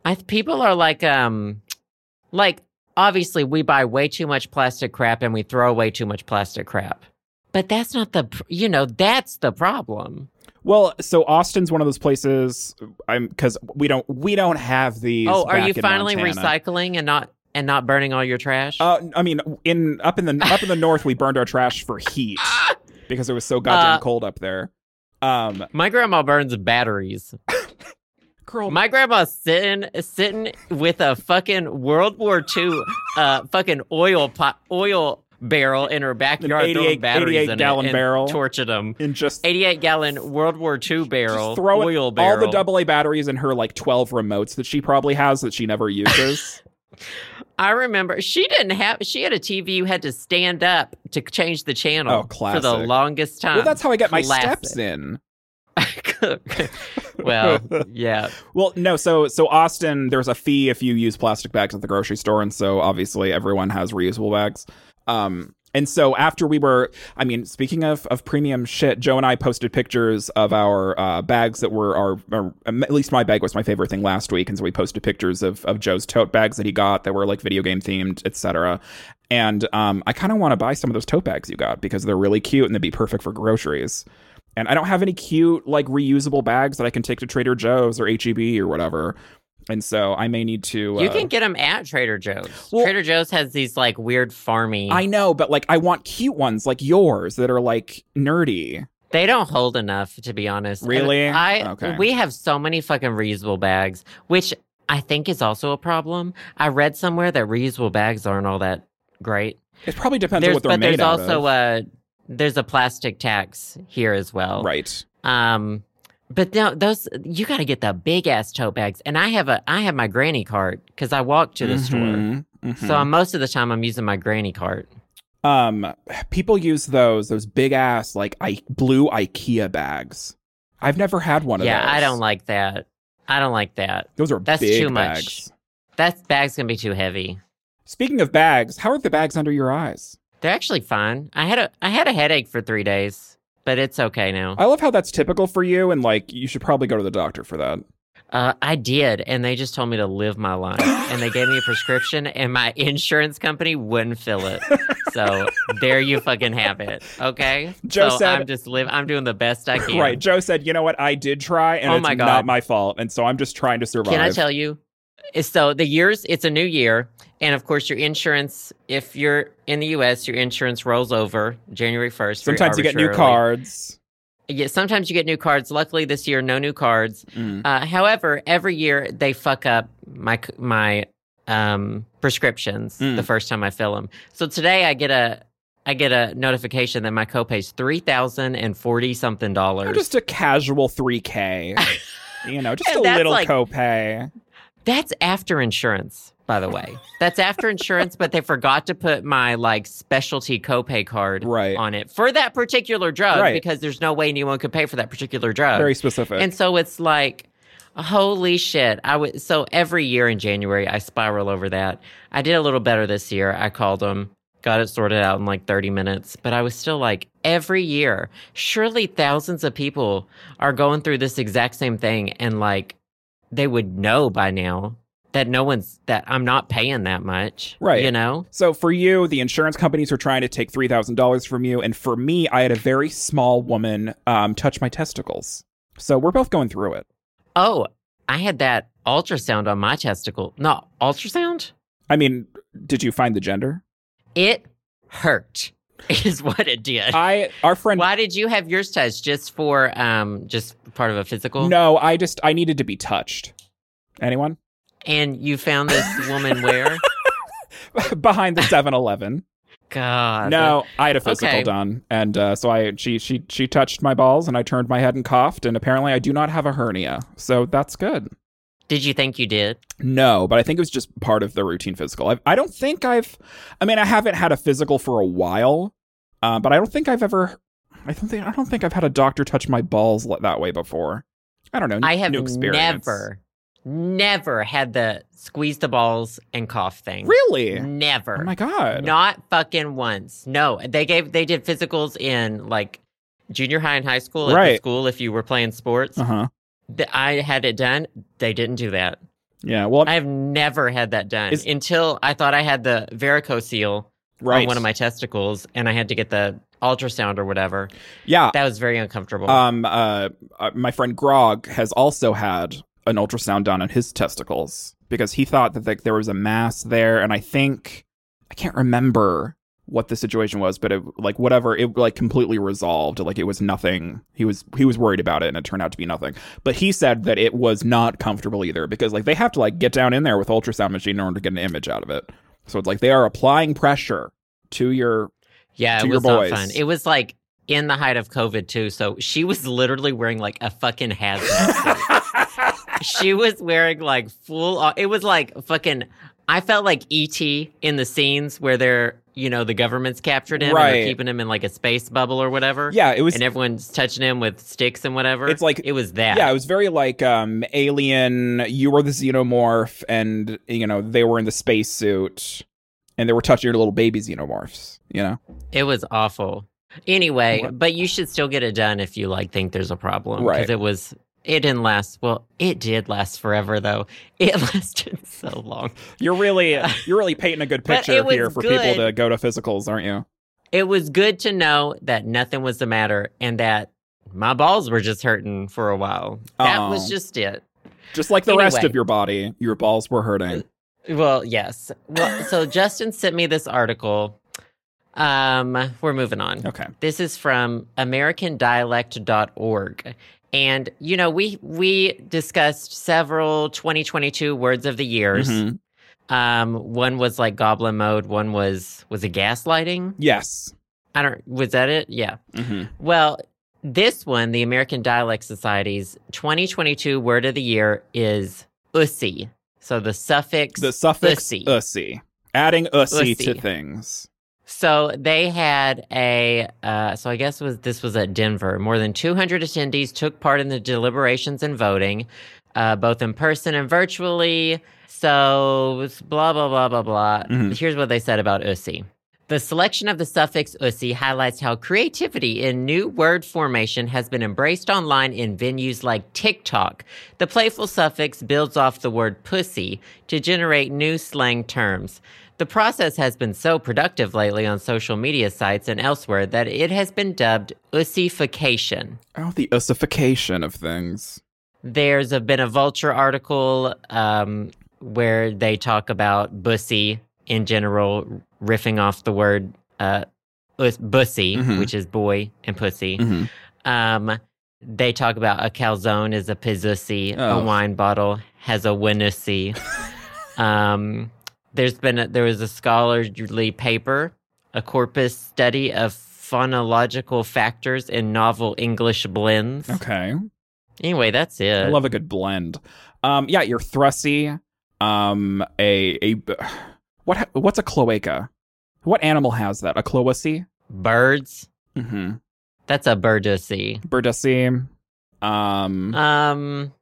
Speaker 1: I th- people are like um like obviously we buy way too much plastic crap and we throw away too much plastic crap. But that's not the pr- you know, that's the problem.
Speaker 2: Well, so Austin's one of those places. I'm because we don't we don't have these.
Speaker 1: oh, are
Speaker 2: back
Speaker 1: you
Speaker 2: in
Speaker 1: finally
Speaker 2: Montana.
Speaker 1: recycling and not and not burning all your trash?
Speaker 2: Uh, I mean, in up in the up in the north, we burned our trash for heat because it was so goddamn
Speaker 1: Uh,
Speaker 2: cold up there. Um,
Speaker 1: My grandma burns batteries.
Speaker 2: Girl,
Speaker 1: My grandma's sitting sitting with a fucking World War II uh fucking oil pot oil barrel in her backyard
Speaker 2: 88
Speaker 1: throwing batteries
Speaker 2: 88
Speaker 1: in
Speaker 2: gallon
Speaker 1: it and
Speaker 2: barrel.
Speaker 1: torching them.
Speaker 2: in just
Speaker 1: 88 gallon World War II barrel
Speaker 2: Just throw it-
Speaker 1: oil
Speaker 2: all
Speaker 1: barrel.
Speaker 2: the double A batteries in her like 12 remotes that she probably has that she never uses.
Speaker 1: I remember she didn't have she had a TV you had to stand up to change the channel
Speaker 2: Oh,
Speaker 1: for the
Speaker 2: classic.
Speaker 1: longest time.
Speaker 2: well, that's how I get my steps
Speaker 1: Um, Classic.
Speaker 2: in.
Speaker 1: well, yeah.
Speaker 2: Well, no, so so Austin, there's a fee if you use plastic bags at the grocery store, and so obviously everyone has reusable bags. Um, and so after we were, I mean, speaking of of premium shit, Joe and I posted pictures of our uh, bags that were our, our- um, at least my bag was my favorite thing last week, and so we posted pictures of of Joe's tote bags that he got that were like video game themed, etc. And um, I kind of want to buy some of those tote bags you got because they're really cute and they'd be perfect for groceries and I don't have any cute like reusable bags that I can take to Trader Joe's or HEB or whatever. And so I may need to.
Speaker 1: You
Speaker 2: uh,
Speaker 1: can get them at Trader Joe's.
Speaker 2: Well-
Speaker 1: Trader Joe's has these like weird farming.
Speaker 2: I know, but like I want cute ones like yours that are like nerdy.
Speaker 1: They don't hold enough, to be honest. And
Speaker 2: Really?
Speaker 1: I
Speaker 2: Okay.
Speaker 1: we have so many fucking reusable bags, which I think is also a problem. I read somewhere that reusable bags aren't all that great.
Speaker 2: It probably depends on
Speaker 1: There's,
Speaker 2: what they're
Speaker 1: but
Speaker 2: made
Speaker 1: there's
Speaker 2: out
Speaker 1: also
Speaker 2: of.
Speaker 1: a there's a plastic tax here as well.
Speaker 2: right.
Speaker 1: Um, but now those you got to get the big ass tote bags, and I have a I have my granny cart because I walk to the store.
Speaker 2: Mhm, mhm.
Speaker 1: So I'm, most of the time I'm using my granny cart.
Speaker 2: um, people use those those big ass like I- blue IKEA bags. I've never had one of
Speaker 1: yeah,
Speaker 2: those.
Speaker 1: I don't like that. I don't like that.
Speaker 2: Those are
Speaker 1: That's
Speaker 2: big
Speaker 1: too much.
Speaker 2: bags.
Speaker 1: That bag's gonna be too heavy.
Speaker 2: Speaking of bags, how are the bags under your eyes?
Speaker 1: They're actually fine. I had a I had a headache for three days, but it's okay now.
Speaker 2: I love how that's typical for you, and like you should probably go to the doctor for that.
Speaker 1: Uh, I did, and they just told me to live my life, and they gave me a prescription, and my insurance company wouldn't fill it. So there you fucking have it. Okay,
Speaker 2: Joe
Speaker 1: so
Speaker 2: said-
Speaker 1: I'm just live. I'm doing the best I can.
Speaker 2: Right. Joe said, you know what? I did try, and
Speaker 1: Oh
Speaker 2: it's
Speaker 1: my
Speaker 2: not
Speaker 1: God.
Speaker 2: my fault. And so I'm just trying to survive.
Speaker 1: Can I tell you? eh, So the years, it's a new year, and of course your insurance. If you're in the U.S., your insurance rolls over January first.
Speaker 2: Sometimes you get new cards.
Speaker 1: Yeah, sometimes you get new cards. Luckily this year, no new cards.
Speaker 2: Mm.
Speaker 1: Uh, however, every year they fuck up my c- my um, prescriptions
Speaker 2: Mm.
Speaker 1: the first time I fill them. So today I get a I get a notification that my copay's three thousand and forty something
Speaker 2: Or
Speaker 1: dollars.
Speaker 2: just a casual 3K. you know, just
Speaker 1: And
Speaker 2: a
Speaker 1: that's
Speaker 2: little
Speaker 1: like-
Speaker 2: copay.
Speaker 1: That's after insurance, by the way. That's after insurance, but they forgot to put my like specialty copay card
Speaker 2: Right.
Speaker 1: on it for that particular drug
Speaker 2: Right.
Speaker 1: because there's no way anyone could pay for that particular drug.
Speaker 2: Very specific.
Speaker 1: uh, And so it's like, holy shit. I would so every year in January I spiral over that. I did a little better this year. I called them, got it sorted out in like 30 minutes, but I was still like every year, surely thousands of people are going through this exact same thing and like they would know by now that no one's that I'm not paying that much.
Speaker 2: Right.
Speaker 1: You know?
Speaker 2: so for you, the insurance companies were trying to take $3,000 from you. And for me, I had a very small woman um, touch my testicles. So we're both going through it.
Speaker 1: Oh, I had that ultrasound on my testicle. No, ultrasound?
Speaker 2: I mean, did you find the gender?
Speaker 1: It hurt is what it did.
Speaker 2: I, our friend
Speaker 1: Why did you have yours touched? Just for um, just part of a physical?
Speaker 2: No, I just I needed to be touched. Anyone?
Speaker 1: And you found this woman where?
Speaker 2: Behind the 7-Eleven.
Speaker 1: God.
Speaker 2: no, I had a physical
Speaker 1: Okay.
Speaker 2: done, and uh, so I she she she touched my balls, and I turned my head and coughed, and apparently I do not have a hernia, so that's good.
Speaker 1: Did you think you did?
Speaker 2: No, but I think it was just part of the routine physical. I, I don't think I've, I mean, I haven't had a physical for a while, uh, but I don't think I've ever, I don't think I don't think I've had a doctor touch my balls li- that way before. I don't know.
Speaker 1: I have
Speaker 2: new experience.
Speaker 1: never, never had the squeeze the balls and cough thing.
Speaker 2: really.
Speaker 1: Never.
Speaker 2: Oh my god.
Speaker 1: Not fucking once. No, they gave they did physicals in like junior high and high school at the
Speaker 2: Right.
Speaker 1: school if you were playing sports.
Speaker 2: Uh huh.
Speaker 1: Th- I had it done. They didn't do that.
Speaker 2: Yeah. Well,
Speaker 1: I have never had that done
Speaker 2: Is-
Speaker 1: until I thought I had the varicocele
Speaker 2: right.
Speaker 1: on one of my testicles and I had to get the ultrasound or whatever.
Speaker 2: yeah.
Speaker 1: That was very uncomfortable.
Speaker 2: Um, uh, uh, my friend Grog has also had an ultrasound done on his testicles because he thought that like, there was a mass there, and I think I can't remember what the situation was, but it like whatever it like completely resolved. Like it was nothing. He was he was worried about it, and it turned out to be nothing. But he said that it was not comfortable either because like they have to like get down in there with ultrasound machine in order to get an image out of it. So it's like they are applying pressure to your
Speaker 1: Yeah,
Speaker 2: to
Speaker 1: it
Speaker 2: your
Speaker 1: was not
Speaker 2: boys.
Speaker 1: fun. It was like in the height of COVID too. So she was literally wearing like a fucking hazmat suit. she was wearing like full. on- It was like fucking. I felt like ET in the scenes where they're you know the government's captured him and
Speaker 2: Right.
Speaker 1: they're keeping him in like a space bubble or whatever.
Speaker 2: yeah. It was
Speaker 1: and everyone's touching him with sticks and whatever.
Speaker 2: It's like-
Speaker 1: it was that.
Speaker 2: Yeah, it was very like um alien. You were the xenomorph, and you know they were in the spacesuit, and they were touching your little baby xenomorphs. You know,
Speaker 1: It was awful. Anyway,
Speaker 2: What?
Speaker 1: but you should still get it done if you like think there's a problem
Speaker 2: Right.
Speaker 1: because it was it didn't last. Well, it did last forever though. It lasted so long.
Speaker 2: you're really you're really painting a good
Speaker 1: But it
Speaker 2: picture
Speaker 1: was
Speaker 2: here for
Speaker 1: good.
Speaker 2: people to go to physicals, aren't you?
Speaker 1: It was good to know that nothing was the matter and that my balls were just hurting for a while. That
Speaker 2: Oh.
Speaker 1: was just it.
Speaker 2: Just like the rest
Speaker 1: Anyway. Mm.
Speaker 2: of your body, your balls were hurting.
Speaker 1: Well, yes. Well, so Justin sent me this article. Um, we're moving on.
Speaker 2: Okay,
Speaker 1: This is from americandialect.org. And you know, we we discussed several 2022 words of the years.
Speaker 2: Mhm.
Speaker 1: Um one was like goblin mode, one was was it gaslighting?
Speaker 2: yes.
Speaker 1: I don't was that it? Yeah.
Speaker 2: hmm
Speaker 1: Well, this one, the American Dialect Society's 2022 word of the year is ussy. So the suffix
Speaker 2: The suffix
Speaker 1: Ussy.
Speaker 2: "ussy," adding "ussy"
Speaker 1: Ussy.
Speaker 2: to things.
Speaker 1: So they had a. Uh, so I guess was this was at Denver. More than 200 attendees took part in the deliberations and voting, uh, both in person and virtually. So it's blah blah blah blah blah.
Speaker 2: Mhm.
Speaker 1: Here's what they said about Usi. The selection of the suffix usi highlights how creativity in new word formation has been embraced online in venues like TikTok. The playful suffix builds off the word pussy to generate new slang terms. The process has been so productive lately on social media sites and elsewhere that it has been dubbed ussification.
Speaker 2: Oh, the ussification of things.
Speaker 1: There's a, been a Vulture article um, where they talk about bussy in general, riffing off the word uh, us- bussy,
Speaker 2: Mhm.
Speaker 1: which is boy and pussy.
Speaker 2: hmm
Speaker 1: Um, they talk about a calzone is a pizzussy,
Speaker 2: Oh.
Speaker 1: a wine bottle has a winussy. um, there's been a, there was a scholarly paper, a corpus study of phonological factors in novel English blends.
Speaker 2: Okay.
Speaker 1: Anyway, that's it.
Speaker 2: Oh. I love a good blend. Um, yeah, you're thrusty. Um, a a what ha- what's a cloaca? What animal has that? A cloacy?
Speaker 1: Birds.
Speaker 2: Mm-hmm.
Speaker 1: That's a birdussy.
Speaker 2: Birdussy. Um,
Speaker 1: Um,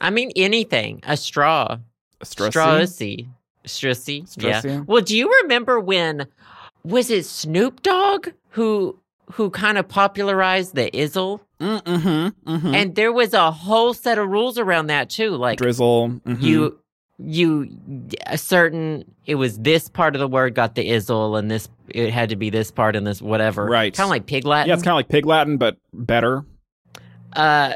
Speaker 1: I mean anything. A straw.
Speaker 2: strussy.
Speaker 1: Strawsy. Strussy. Yeah.
Speaker 2: Strussy?
Speaker 1: Well, do you remember when was it Snoop Dogg who who kind of popularized the izzle?
Speaker 2: Mm-hmm. Mm-hmm.
Speaker 1: And there was a whole set of rules around that too. Like
Speaker 2: Drizzle. mhm.
Speaker 1: you you a certain it was this part of the word got the izzle and this it had to be this part and this whatever.
Speaker 2: Right.
Speaker 1: Kind of like pig Latin.
Speaker 2: Yeah, it's kind of like pig Latin, but better.
Speaker 1: Uh,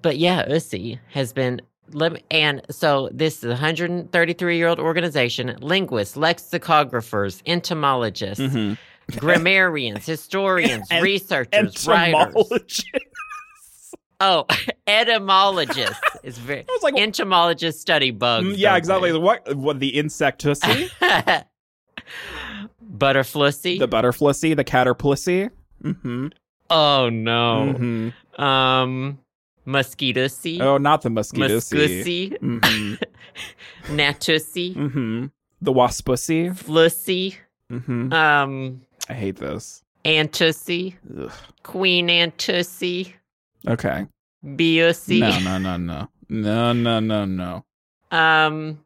Speaker 1: but yeah, USI has been. Lim- and so this is a 133 year old organization, linguists, lexicographers, entomologists,
Speaker 2: Mhm.
Speaker 1: grammarians, historians,
Speaker 2: En-
Speaker 1: researchers, writers. Oh, etymologists. It's very.
Speaker 2: I was like,
Speaker 1: Entomologists study bugs.
Speaker 2: mm, yeah,
Speaker 1: don't
Speaker 2: exactly. What? What the insect hussy?
Speaker 1: they? Butterflussy.
Speaker 2: the butterflussy? The caterpussy? Mm-hmm.
Speaker 1: oh no.
Speaker 2: hmm
Speaker 1: Um, mosquitossy.
Speaker 2: Oh, not the mosquito.
Speaker 1: Muscussy.
Speaker 2: Mm-hmm.
Speaker 1: Natussy.
Speaker 2: Mm-hmm. The waspussy.
Speaker 1: Flussy.
Speaker 2: Mm-hmm.
Speaker 1: um
Speaker 2: I hate this.
Speaker 1: Antussy,
Speaker 2: Ugh.
Speaker 1: Queen Antussy,
Speaker 2: Okay.
Speaker 1: Biussy.
Speaker 2: No, no, no, no. No, no, no, no.
Speaker 1: Um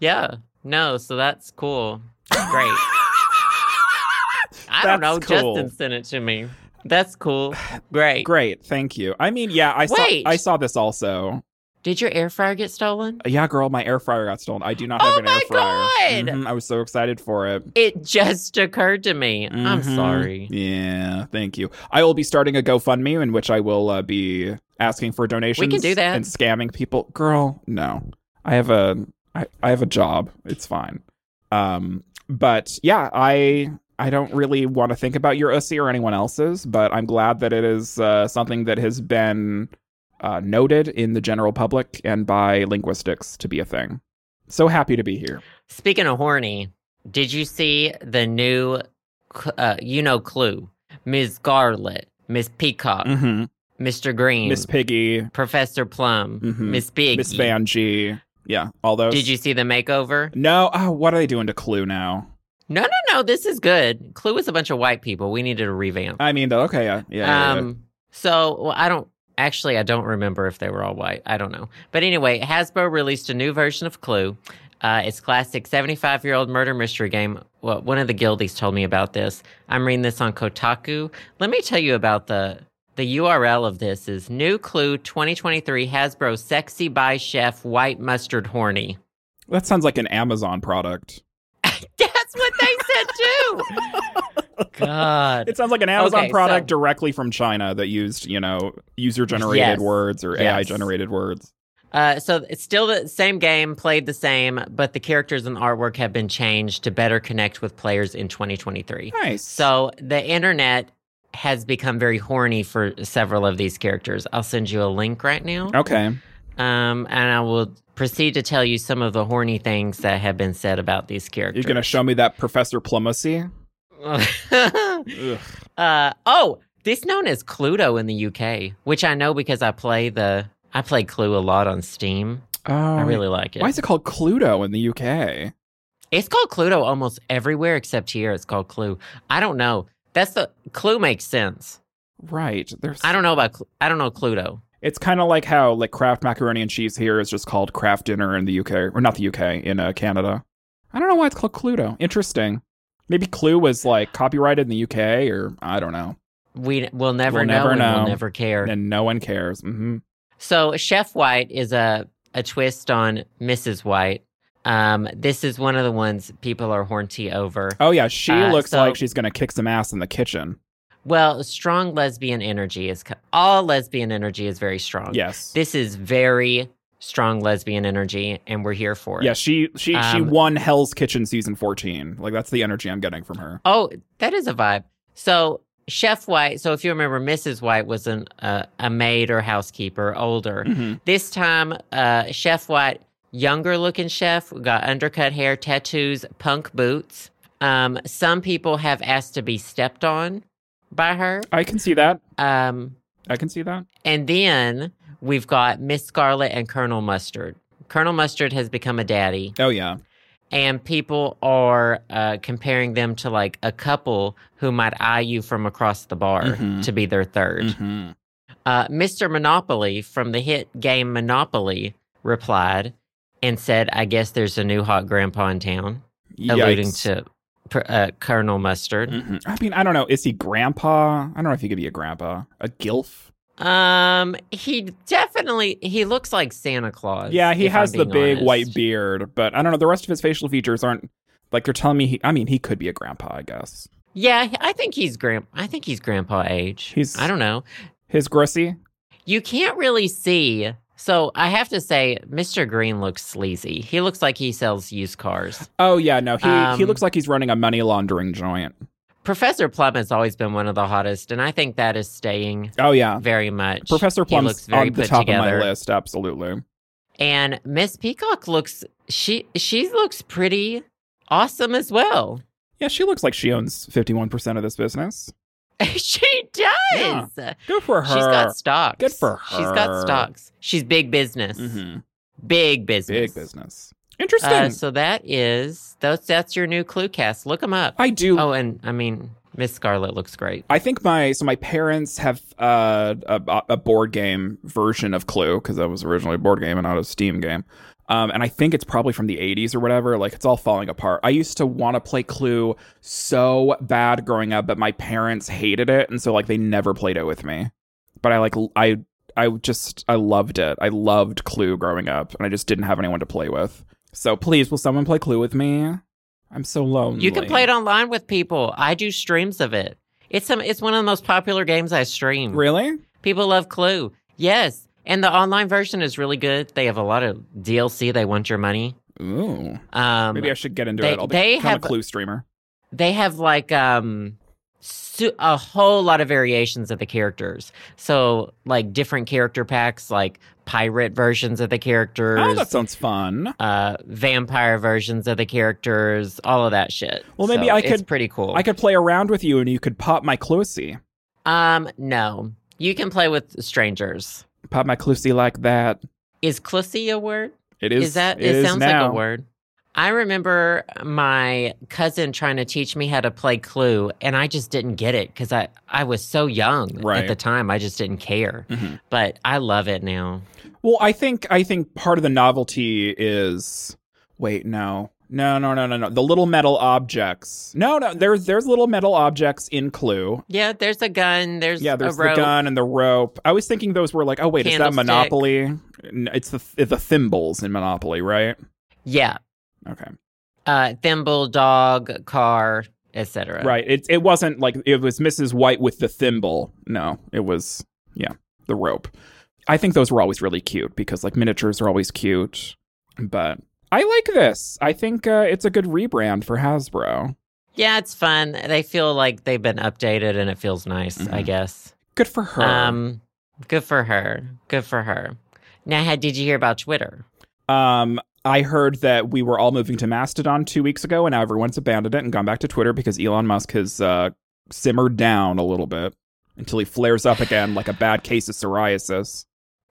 Speaker 1: yeah. No, so that's cool. Great. I don't know,
Speaker 2: That's cool.
Speaker 1: Justin sent it to me. That's cool. Great.
Speaker 2: Great. Thank you. I mean, yeah, I
Speaker 1: Wait.
Speaker 2: saw I saw this also.
Speaker 1: Did your air fryer get stolen?
Speaker 2: Yeah, girl, my air fryer got stolen. I do not
Speaker 1: Oh
Speaker 2: have an
Speaker 1: my
Speaker 2: air fryer.
Speaker 1: God!
Speaker 2: Mhm, I was so excited for it.
Speaker 1: It just occurred to me. I'm
Speaker 2: Mhm.
Speaker 1: sorry.
Speaker 2: Yeah, thank you. I will be starting a GoFundMe in which I will uh, be asking for donations.
Speaker 1: do that.
Speaker 2: and scamming people. Girl, no, I have a I, I have a job. It's fine. Um, but yeah, I I don't really want to think about your OC or anyone else's, but I'm glad that it is uh, something that has been uh, noted in the general public and by linguistics to be a thing. So happy to be
Speaker 1: Uh,
Speaker 2: here.
Speaker 1: Speaking of horny, did you see the new, uh, you know, Clue? Miss Garlet, Miss Peacock,
Speaker 2: Mm-hmm.
Speaker 1: Mr. Green,
Speaker 2: Miss Piggy,
Speaker 1: Professor Plum,
Speaker 2: Mhm.
Speaker 1: Miss Big.
Speaker 2: Miss Banji. Yeah, all those.
Speaker 1: Did you see the makeover?
Speaker 2: No. Oh, what are they doing to Clue now?
Speaker 1: No, no, no. This is good. Clue is a bunch of white people. We needed a revamp.
Speaker 2: I mean, though. Okay. Yeah. Oh, Yeah. yeah, yeah.
Speaker 1: Um, so well, I don't actually I don't remember if they were all white. I don't know. But anyway, Hasbro released a new version of Clue. Uh, it's classic 75 year old murder mystery game. Well, one of the guildies told me about this. I'm reading this on Kotaku. Let me tell you about the the URL of this is New Clue 2023 Hasbro Sexy by Chef White Mustard Horny.
Speaker 2: That sounds like an Amazon product.
Speaker 1: That's what they said too. God.
Speaker 2: It sounds like an Amazon
Speaker 1: Okay,
Speaker 2: product
Speaker 1: so-
Speaker 2: directly from China that used, you know, user generated
Speaker 1: Yes.
Speaker 2: words or
Speaker 1: Yes.
Speaker 2: AI generated words.
Speaker 1: Uh, so it's still the same game, played the same, but the characters and artwork have been changed to better connect with players in 2023.
Speaker 2: Nice.
Speaker 1: So the internet has become very horny for several of these characters. I'll send you a link right now.
Speaker 2: okay.
Speaker 1: Um, and I will proceed to tell you some of the horny things that have been said about these characters.
Speaker 2: You're going to show me that Professor Plumacy? Ugh.
Speaker 1: uh, oh, this known as Cluedo in the UK, which I know because I play the I play Clue a lot on Steam.
Speaker 2: Oh,
Speaker 1: I really like it.
Speaker 2: Why is it called Cluedo in the UK?
Speaker 1: It's called Cluedo almost everywhere except here. It's called Clue. I don't know. That's the Clue makes sense.
Speaker 2: Right. There's
Speaker 1: I don't know about Clu I don't know Cluedo.
Speaker 2: It's kind of like how like Kraft macaroni and cheese here is just called Kraft dinner in the UK or not the UK in uh, Canada. I don't know why it's called Cluedo. Interesting. Maybe Clue was like copyrighted in the UK or I don't know.
Speaker 1: We will never
Speaker 2: We'll
Speaker 1: know.
Speaker 2: never
Speaker 1: and
Speaker 2: know.
Speaker 1: We'll never care.
Speaker 2: And no one cares. hmm
Speaker 1: So Chef White is a a twist on Mrs. White. Um, this is one of the ones people are horny over.
Speaker 2: Oh yeah, she
Speaker 1: Uh,
Speaker 2: looks
Speaker 1: so-
Speaker 2: like she's gonna kick some ass in the kitchen.
Speaker 1: Well, strong lesbian energy is co- all lesbian energy is very strong.
Speaker 2: Yes.
Speaker 1: This is very strong lesbian energy, and we're here for it.
Speaker 2: Yeah, she she she
Speaker 1: Um,
Speaker 2: won Hell's Kitchen season fourteen. Like that's the energy I'm getting from her.
Speaker 1: Oh, that is a vibe. So Chef White. So if you remember, Mrs. White was an uh, a maid or housekeeper, older.
Speaker 2: Mhm.
Speaker 1: This time, uh, Chef White, younger looking chef, got undercut hair, tattoos, punk boots. Um, some people have asked to be stepped on by her.
Speaker 2: I can see that.
Speaker 1: Um,
Speaker 2: I can see that.
Speaker 1: and then we've got Miss Scarlet and Colonel Mustard. Colonel Mustard has become a daddy
Speaker 2: Oh yeah.
Speaker 1: and people are uh, comparing them to like a couple who might eye you from across the bar
Speaker 2: Mhm.
Speaker 1: to be their 3rd
Speaker 2: Mhm.
Speaker 1: Uh, Mr. Monopoly from the hit game Monopoly replied and said, "I guess there's a new hot grandpa in town," alluding
Speaker 2: Yikes.
Speaker 1: to pr- uh, Colonel Mustard.
Speaker 2: Mhm. I mean, I don't know. Is he grandpa? I don't know if he could be a grandpa. A gilf?
Speaker 1: Um, he definitely he looks like Santa Claus.
Speaker 2: Yeah, he
Speaker 1: if I'm
Speaker 2: has the
Speaker 1: being
Speaker 2: big
Speaker 1: honest.
Speaker 2: white beard, but I don't know. The rest of his facial features aren't like they're telling me. He, I mean, he could be a grandpa, I guess.
Speaker 1: Yeah, I think he's grand. I think he's grandpa age.
Speaker 2: He's-
Speaker 1: I don't know.
Speaker 2: His grussy.
Speaker 1: You can't really see. So I have to say, Mr. Green looks sleazy. He looks like he sells used cars.
Speaker 2: Oh yeah, no, he he
Speaker 1: Um,
Speaker 2: looks like he's running a money laundering joint.
Speaker 1: Professor Plum has always been one of the hottest, and I think that is staying
Speaker 2: Oh yeah,
Speaker 1: very much.
Speaker 2: Professor
Speaker 1: Plum
Speaker 2: Plum's
Speaker 1: looks very
Speaker 2: on the
Speaker 1: put
Speaker 2: top
Speaker 1: together.
Speaker 2: of my list. Absolutely.
Speaker 1: And Miss Peacock looks she she looks pretty awesome as well.
Speaker 2: Yeah, she looks like she owns fifty one percent of this business.
Speaker 1: she does.
Speaker 2: Yeah, Good for her.
Speaker 1: She's got stocks.
Speaker 2: Good for
Speaker 1: She's
Speaker 2: her.
Speaker 1: got stocks. She's big business.
Speaker 2: Mhm.
Speaker 1: Big business.
Speaker 2: big business. Interesting.
Speaker 1: Uh, so that is that's that's your new clue cast. Look them up.
Speaker 2: I do
Speaker 1: Oh, and I mean, Miss Scarlet looks great.
Speaker 2: I think my so my parents have uh, a a board game version of Clue because that was originally a board game and not a Steam game, um, and I think it's probably from the '80s or whatever. Like it's all falling apart. I used to want to play Clue so bad growing up, but my parents hated it, and so like they never played it with me. But I like l- I I just I loved it. I loved Clue growing up, and I just didn't have anyone to play with. So please, will someone play Clue with me? I'm so lonely.
Speaker 1: You can play it online with people. I do streams of it. It's some. It's one of the most popular games I stream.
Speaker 2: Really?
Speaker 1: People love Clue. Yes, and the online version is really good. They have a lot of DLC. They want your money.
Speaker 2: Ooh.
Speaker 1: Um,
Speaker 2: Maybe I should get into
Speaker 1: they-
Speaker 2: it. I'll
Speaker 1: they
Speaker 2: become
Speaker 1: have-
Speaker 2: a Clue streamer.
Speaker 1: they have like um su- a whole lot of variations of the characters. So like different character packs, like pirate versions of the characters.
Speaker 2: Oh, that sounds fun.
Speaker 1: uh, vampire versions of the characters, all of that shit.
Speaker 2: Well, maybe
Speaker 1: So
Speaker 2: I
Speaker 1: It's
Speaker 2: could-
Speaker 1: pretty cool.
Speaker 2: I could play around with you and you could pop my Clusie.
Speaker 1: um, no, you can play with strangers.
Speaker 2: Pop my Clusie like that.
Speaker 1: Is clussy a word?
Speaker 2: It is.
Speaker 1: is that?
Speaker 2: It,
Speaker 1: It,
Speaker 2: is
Speaker 1: sounds
Speaker 2: now.
Speaker 1: like a word. I remember my cousin trying to teach me how to play Clue, and I just didn't get it because I I was so young
Speaker 2: Right.
Speaker 1: at the time. I just didn't care,
Speaker 2: Mhm.
Speaker 1: but I love it now.
Speaker 2: Well, I think I think part of the novelty is wait, no. No, no, no, no, no. The little metal objects. No, no, there's there's little metal objects in Clue.
Speaker 1: Yeah, there's a gun. There's
Speaker 2: Yeah, there's
Speaker 1: a rope.
Speaker 2: the gun and the rope. I was thinking those were like, oh wait, is that
Speaker 1: Candlestick.
Speaker 2: Monopoly? N- It's the it's the thimbles in Monopoly, right?
Speaker 1: Yeah,
Speaker 2: Okay,
Speaker 1: uh, thimble, dog, car, etc.
Speaker 2: right. It it wasn't like it was Mrs. White with the thimble. No, it was yeah, the rope. I think those were always really cute because like miniatures are always cute. But I like this. I think uh, it's a good rebrand for Hasbro.
Speaker 1: Yeah, it's fun. They feel like they've been updated and it feels nice, I
Speaker 2: Mhm.
Speaker 1: guess.
Speaker 2: Good for her. Um,
Speaker 1: Um good for her. Good for her. Now, had did you hear about Twitter?
Speaker 2: Um, I heard that we were all moving to Mastodon two weeks ago, and now everyone's abandoned it and gone back to Twitter because Elon Musk has uh, simmered down a little bit until he flares up again like a bad case of psoriasis.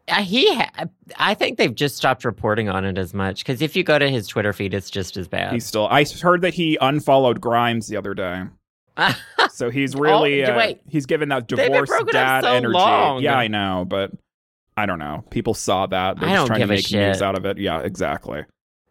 Speaker 1: Uh, he ha- I think they've just stopped reporting on it as much cuz if you go to his Twitter feed it's just as bad.
Speaker 2: He's still. I heard that he unfollowed Grimes the other day, so he's really.
Speaker 1: Oh,
Speaker 2: uh,
Speaker 1: wait.
Speaker 2: he's given that
Speaker 1: been
Speaker 2: divorce
Speaker 1: broken up
Speaker 2: dad
Speaker 1: so
Speaker 2: energy.
Speaker 1: long.
Speaker 2: Yeah, I know, but I don't know. People saw that. They're
Speaker 1: I
Speaker 2: just
Speaker 1: don't
Speaker 2: trying
Speaker 1: give
Speaker 2: to
Speaker 1: a
Speaker 2: make news
Speaker 1: shit.
Speaker 2: out of it. Yeah, exactly.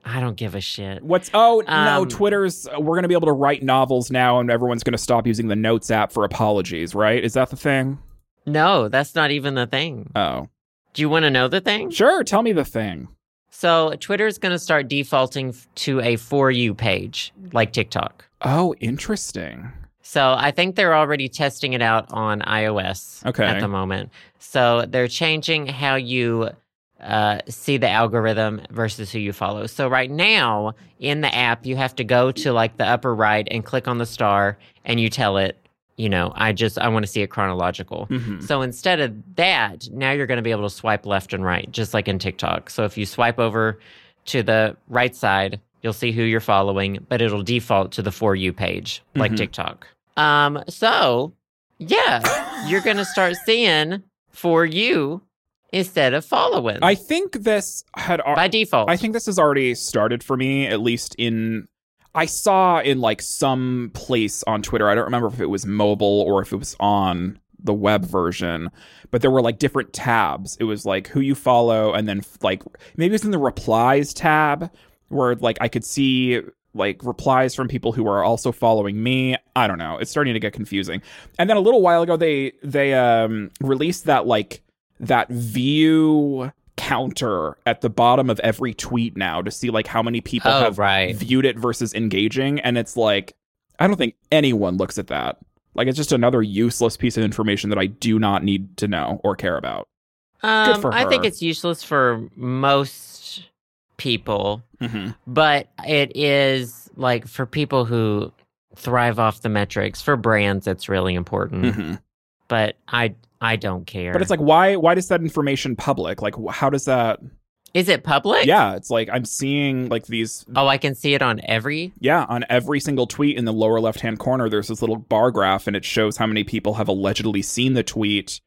Speaker 1: I don't give a shit.
Speaker 2: What's oh no,
Speaker 1: Um,
Speaker 2: Twitter's uh, we're gonna be able to write novels now, and everyone's gonna stop using the Notes app for apologies, right? Is that the thing?
Speaker 1: No, that's not even the thing.
Speaker 2: Oh,
Speaker 1: Do you want to know the thing?
Speaker 2: sure. Tell me the thing.
Speaker 1: So, Twitter's going to start defaulting f- to a for you page like TikTok.
Speaker 2: Oh, interesting.
Speaker 1: So I think they're already testing it out on iOS
Speaker 2: Okay.
Speaker 1: at the moment. So they're changing how you uh, see the algorithm versus who you follow. So right now in the app, you have to go to like the upper right and click on the star, and you tell it, you know, I just I want to see it chronological.
Speaker 2: hmm
Speaker 1: So instead of that, now you're going to be able to swipe left and right, just like in TikTok. So if you swipe over to the right side, you'll see who you're following, but it'll default to the For You page, like
Speaker 2: Mhm.
Speaker 1: TikTok. Um, so yeah, you're going to start seeing For You instead of following
Speaker 2: I think this had. ar-
Speaker 1: by default.
Speaker 2: I think this has already started for me, at least in. I saw in like some place on Twitter. I don't remember if it was mobile or if it was on the web version, but there were like different tabs. It was like who you follow, and then like maybe it was in the replies tab where like I could see like replies from people who are also following me. I don't know. It's starting to get confusing. And then a little while ago, they they um released that like that view counter at the bottom of every tweet now to see like how many people
Speaker 1: oh,
Speaker 2: have
Speaker 1: right.
Speaker 2: viewed it versus engaging and it's like i don't think anyone looks at that like it's just another useless piece of information that i do not need to know or care about
Speaker 1: Um,
Speaker 2: for
Speaker 1: I think
Speaker 2: her.
Speaker 1: it's useless for most people.
Speaker 2: mm-hmm.
Speaker 1: Hmm. but it is like for people who thrive off the metrics for brands it's really important
Speaker 2: Mm-hmm.
Speaker 1: but i i don't care
Speaker 2: but it's like why why does that information public like wh- how does that
Speaker 1: is it public
Speaker 2: yeah it's like i'm seeing like these
Speaker 1: oh i can see it on every
Speaker 2: yeah on every single tweet in the lower left hand corner there's this little bar graph and it shows how many people have allegedly seen the tweet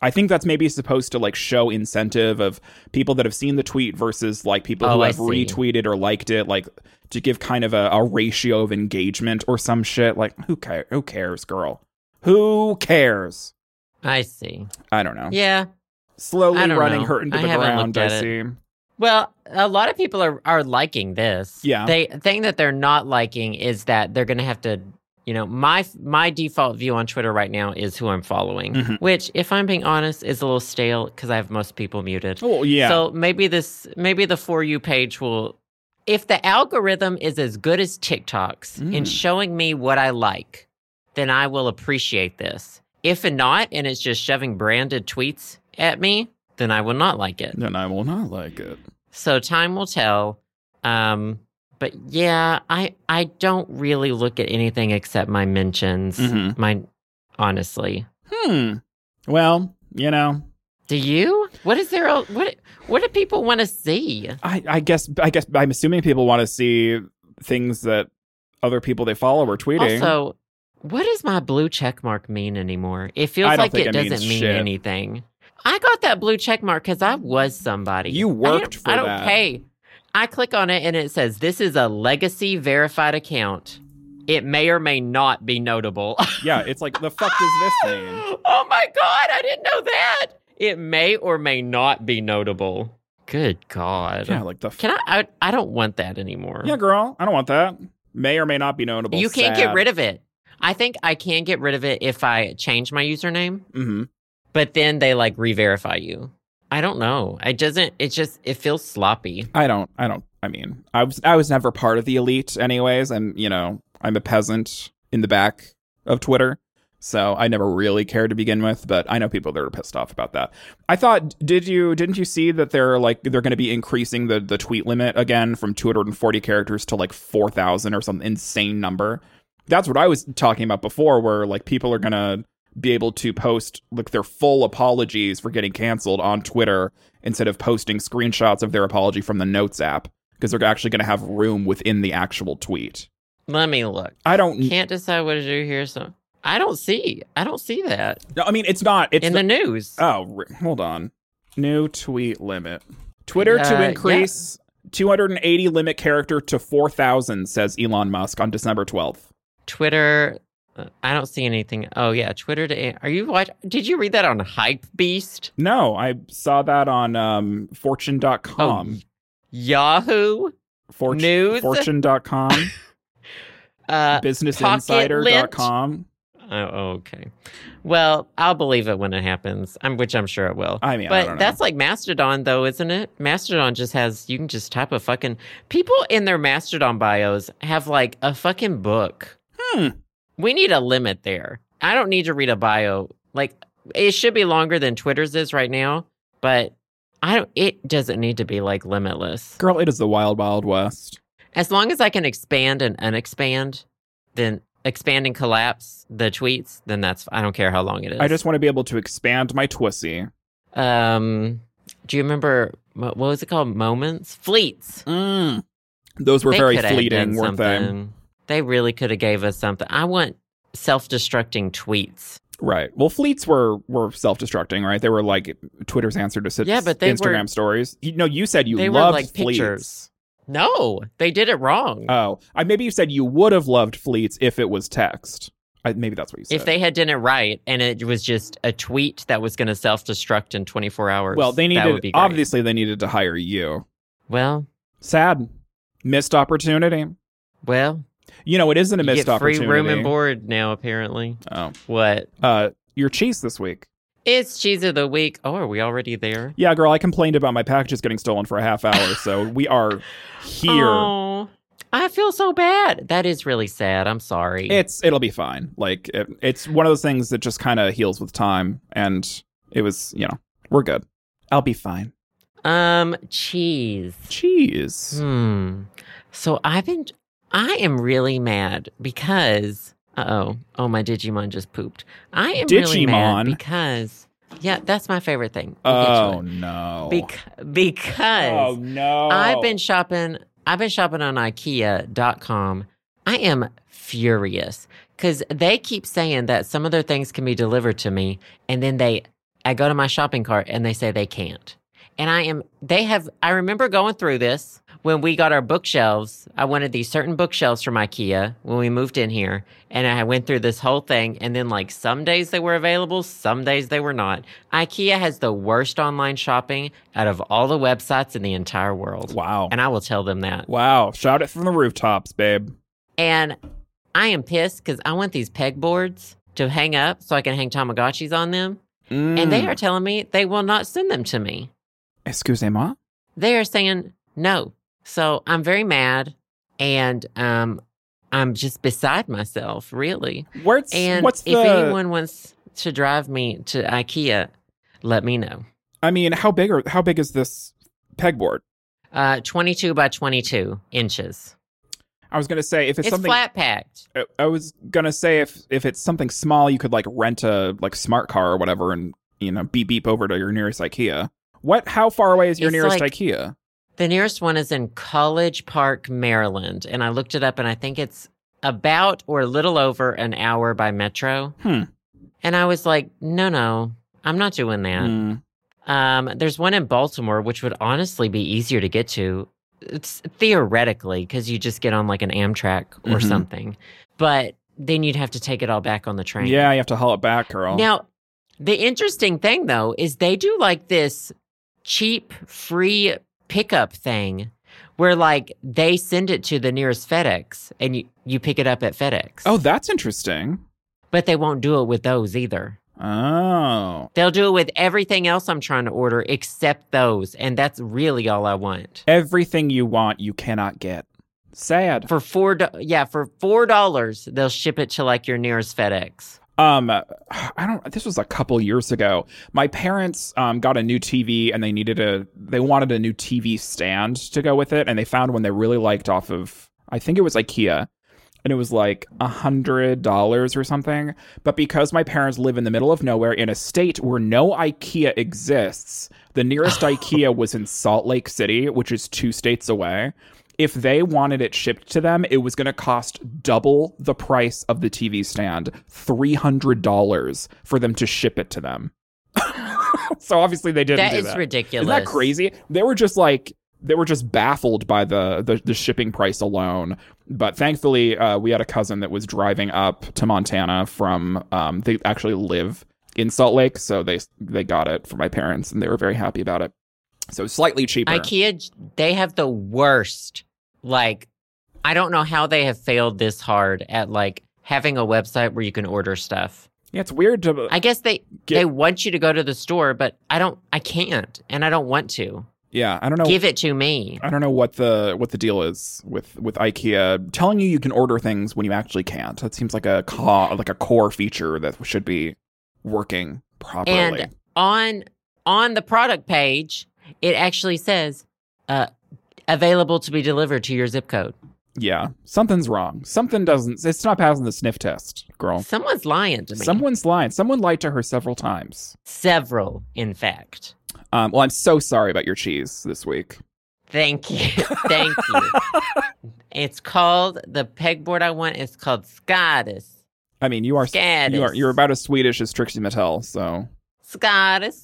Speaker 2: i think that's maybe supposed to like show incentive of people that have seen the tweet versus like people
Speaker 1: Oh,
Speaker 2: who
Speaker 1: I
Speaker 2: have
Speaker 1: see.
Speaker 2: retweeted or liked it like to give kind of a, a ratio of engagement or some shit like who, ca- who cares girl who cares
Speaker 1: i see
Speaker 2: i don't know
Speaker 1: yeah
Speaker 2: slowly
Speaker 1: I don't
Speaker 2: running
Speaker 1: know.
Speaker 2: her into
Speaker 1: I
Speaker 2: the
Speaker 1: haven't
Speaker 2: ground
Speaker 1: looked
Speaker 2: i
Speaker 1: at it.
Speaker 2: see
Speaker 1: well a lot of people are are liking this
Speaker 2: Yeah.
Speaker 1: they thing that they're not liking is that they're gonna have to you know my my default view on twitter right now is who i'm following
Speaker 2: Mhm.
Speaker 1: which if i'm being honest is a little stale because i have most people muted
Speaker 2: oh yeah
Speaker 1: So maybe this, maybe the for you page will, if the algorithm is as good as TikTok's in
Speaker 2: Mm.
Speaker 1: showing me what I like, then I will appreciate this. If not, and it's just shoving branded tweets at me, then I will not like it.
Speaker 2: then i will not like it
Speaker 1: So time will tell. Um, But yeah, I I don't really look at anything except my mentions.
Speaker 2: Mhm.
Speaker 1: My honestly,
Speaker 2: Hmm. Well, you know,
Speaker 1: do you? What is there? el- What what do people want to see?
Speaker 2: I, I guess I guess I'm assuming people want to see things that other people they follow are tweeting.
Speaker 1: Also, what does my blue check mark mean anymore? It feels
Speaker 2: I don't
Speaker 1: like
Speaker 2: think
Speaker 1: it,
Speaker 2: it means
Speaker 1: doesn't mean
Speaker 2: shit.
Speaker 1: anything. I got that blue check mark because I was somebody.
Speaker 2: You
Speaker 1: I
Speaker 2: worked
Speaker 1: didn't-
Speaker 2: for
Speaker 1: I don't
Speaker 2: that.
Speaker 1: pay. I click on it and it says this is a legacy verified account. It may or may not be notable.
Speaker 2: yeah, it's like the fuck does this mean?
Speaker 1: oh my god, I didn't know that. It may or may not be notable. Good God.
Speaker 2: Yeah, like the f-
Speaker 1: Can I, I? I don't want that anymore.
Speaker 2: yeah, girl. I don't want that. May or may not be notable.
Speaker 1: You can't get rid of it. I think I can get rid of it if I change my username,
Speaker 2: Mm-hmm.
Speaker 1: but then they like re-verify you. I don't know. It doesn't. It just it feels sloppy.
Speaker 2: I don't. I don't. I mean, I was I was never part of the elite, anyways. I'm you know I'm a peasant in the back of Twitter, so I never really cared to begin with. But I know people that are pissed off about that. I thought, did you didn't you see that they're like they're going to be increasing the the tweet limit again from 240 characters to like 4,000 or some insane number? That's what I was talking about before, where like people are gonna be able to post like their full apologies for getting canceled on Twitter instead of posting screenshots of their apology from the Notes app because they're actually going to have room within the actual tweet.
Speaker 1: Let me look.
Speaker 2: I don't.
Speaker 1: Can't decide what to do here. So I don't see. I don't see that
Speaker 2: no, I mean, it's not. It's
Speaker 1: in the news.
Speaker 2: oh, re- hold on. New tweet limit. Twitter
Speaker 1: Uh,
Speaker 2: to
Speaker 1: yeah.
Speaker 2: increase 280 limit character to 4,000, says Elon Musk on December 12th.
Speaker 1: Twitter. uh, I don't see anything. Oh yeah, Twitter. To, are you watch? Did you read that on Hype Beast?
Speaker 2: No, I saw that on um, fortune.com.
Speaker 1: Yahoo.
Speaker 2: Fortune,
Speaker 1: Oh, news?
Speaker 2: Fortune.com,
Speaker 1: Uh,
Speaker 2: businessinsider.com.
Speaker 1: Oh, oh, okay. Well, I'll believe it when it happens, i which I'm sure it will.
Speaker 2: I mean, I don't
Speaker 1: but
Speaker 2: know.
Speaker 1: that's like Mastodon, though, isn't it? Mastodon just has, you can just type a fucking. People in their Mastodon bios have like a fucking book.
Speaker 2: Hmm.
Speaker 1: We need a limit there. I don't need to read a bio. Like, it should be longer than Twitter's is right now, but I don't, it doesn't need to be like limitless.
Speaker 2: Girl, it is the wild, wild west.
Speaker 1: As long as I can expand and unexpand, then expand and collapse the tweets, then that's, I don't care how long it is.
Speaker 2: I just want to be able to expand my twissie.
Speaker 1: Um, do you remember mo- what was it called? Moments, fleets.
Speaker 2: Mm. Those were
Speaker 1: They
Speaker 2: very
Speaker 1: coulda
Speaker 2: fleeting,
Speaker 1: done
Speaker 2: weren't they?
Speaker 1: something. They really could have gave us something. I want self-destructing tweets.
Speaker 2: Right. Well, fleets were were self destructing, right? They were like Twitter's answer to sit-
Speaker 1: Yeah, but they
Speaker 2: Instagram
Speaker 1: were-
Speaker 2: stories. You, no, you said you
Speaker 1: They were
Speaker 2: loved
Speaker 1: like
Speaker 2: fleets.
Speaker 1: pictures. No, they did it wrong.
Speaker 2: Oh, I, maybe you said you would have loved fleets if it was text. I, maybe that's what you said.
Speaker 1: if they had done it right, and it was just a tweet that was going to self-destruct in 24 hours,
Speaker 2: well, they
Speaker 1: that would
Speaker 2: needed
Speaker 1: be great.
Speaker 2: obviously they needed to hire you.
Speaker 1: Well,
Speaker 2: Sad, missed opportunity.
Speaker 1: well,
Speaker 2: You know, it isn't a
Speaker 1: you
Speaker 2: missed
Speaker 1: get free
Speaker 2: opportunity.
Speaker 1: room and board now. Apparently,
Speaker 2: Oh,
Speaker 1: what?
Speaker 2: uh, your cheese this week.
Speaker 1: It's cheese of the week. Oh, are we already there?
Speaker 2: Yeah, girl, I complained about my packages getting stolen for a half hour, so we are here.
Speaker 1: Oh, I feel so bad. That is really sad. I'm sorry.
Speaker 2: It's it'll be fine. Like it, it's one of those things that just kind of heals with time, and it was you know we're good. I'll be fine.
Speaker 1: um cheese.
Speaker 2: Cheese.
Speaker 1: Hmm. So I've been I am really mad because uh oh. Oh my Digimon just pooped. I am really mad
Speaker 2: Digimon?
Speaker 1: because yeah, that's my favorite thing. We'll get to
Speaker 2: Oh no.
Speaker 1: it. Bec- because
Speaker 2: oh no.
Speaker 1: I've been shopping. I've been shopping on IKEA.com. I am furious because they keep saying that some of their things can be delivered to me, and then they, I go to my shopping cart and they say they can't. And I am. They have. I remember going through this when we got our bookshelves. I wanted these certain bookshelves from IKEA when we moved in here, and I went through this whole thing. And then, like, some days they were available, some days they were not. IKEA has the worst online shopping out of all the websites in the entire world.
Speaker 2: Wow.
Speaker 1: And I will tell them that.
Speaker 2: Wow. Shout it from the rooftops, babe.
Speaker 1: And I am pissed because I want these pegboards to hang up so I can hang Tamagotchis on them. And they
Speaker 2: Mm.
Speaker 1: are telling me they will not send them to me.
Speaker 2: Excusez-moi.
Speaker 1: They are saying no. So I'm very mad and um, I'm just beside myself, really.
Speaker 2: Where's
Speaker 1: And
Speaker 2: what's
Speaker 1: if
Speaker 2: the?
Speaker 1: anyone wants to drive me to IKEA, let me know.
Speaker 2: I mean, how big are how big is this pegboard?
Speaker 1: Uh, 22 by 22 inches.
Speaker 2: I was gonna say if it's,
Speaker 1: It's
Speaker 2: something
Speaker 1: flat packed.
Speaker 2: I- I was gonna say if if it's something small, you could like rent a like smart car or whatever, and you know beep beep over to your nearest IKEA. What? How far away is your
Speaker 1: It's
Speaker 2: nearest
Speaker 1: like-
Speaker 2: IKEA?
Speaker 1: The nearest one is in College Park, Maryland, and I looked it up, and I think it's about or a little over an hour by metro.
Speaker 2: Hmm.
Speaker 1: And I was like, no, no, I'm not doing that.
Speaker 2: Hmm.
Speaker 1: Um, there's one in Baltimore, which would honestly be easier to get to. It's theoretically because you just get on like an Amtrak or
Speaker 2: Mhm.
Speaker 1: something, but then you'd have to take it all back on the train.
Speaker 2: Yeah, you have to haul it back, girl.
Speaker 1: Now, the interesting thing though is they do like this cheap free pickup thing where like they send it to the nearest FedEx and you, you pick it up at FedEx.
Speaker 2: oh, that's interesting.
Speaker 1: But they won't do it with those either.
Speaker 2: Oh,
Speaker 1: They'll do it with everything else I'm trying to order except those. And that's really all I want.
Speaker 2: everything you want, you cannot get. Sad.
Speaker 1: For four, do- yeah, for four dollars, they'll ship it to like your nearest FedEx.
Speaker 2: Um, I don't. This was a couple years ago. My parents um got a new TV, and they needed a. They wanted a new TV stand to go with it, and they found one they really liked off of. I think it was IKEA, and it was like a hundred dollars or something. But because my parents live in the middle of nowhere in a state where no IKEA exists, the nearest IKEA was in Salt Lake City, which is two states away. If they wanted it shipped to them, it was going to cost double the price of the TV stand, $300 for them to ship it to them. so obviously they didn't
Speaker 1: That
Speaker 2: do
Speaker 1: is
Speaker 2: that.
Speaker 1: ridiculous.
Speaker 2: Isn't that crazy? They were just like they were just baffled by the the, the shipping price alone. But thankfully, uh, we had a cousin that was driving up to Montana from. Um, they actually live in Salt Lake, so they they got it for my parents, and they were very happy about it. So slightly cheaper.
Speaker 1: IKEA, they have the worst. Like, I don't know how they have failed this hard at like having a website where you can order stuff.
Speaker 2: yeah, it's weird to.
Speaker 1: I guess they
Speaker 2: Gi-
Speaker 1: they want you to go to the store, but I don't. I can't, and I don't want to.
Speaker 2: yeah, I don't know.
Speaker 1: Give it to me.
Speaker 2: I don't know what the what the deal is with with IKEA telling you you can order things when you actually can't. That seems like a ca- like a core feature that should be working properly.
Speaker 1: And on on the product page, it actually says uh, available to be delivered to your zip code.
Speaker 2: Yeah, something's wrong. Something doesn't. It's not passing the sniff test, girl.
Speaker 1: Someone's lying to me.
Speaker 2: Someone's lying. Oh. Someone lied to her several times.
Speaker 1: Several, in fact.
Speaker 2: Um, well, I'm so sorry about your cheese this week.
Speaker 1: Thank you. Thank you. It's called the pegboard I want. It's called Scottish.
Speaker 2: I mean, you are
Speaker 1: Scottish.
Speaker 2: you are you're about as Swedish as Trixie Mattel. So,
Speaker 1: Scottish.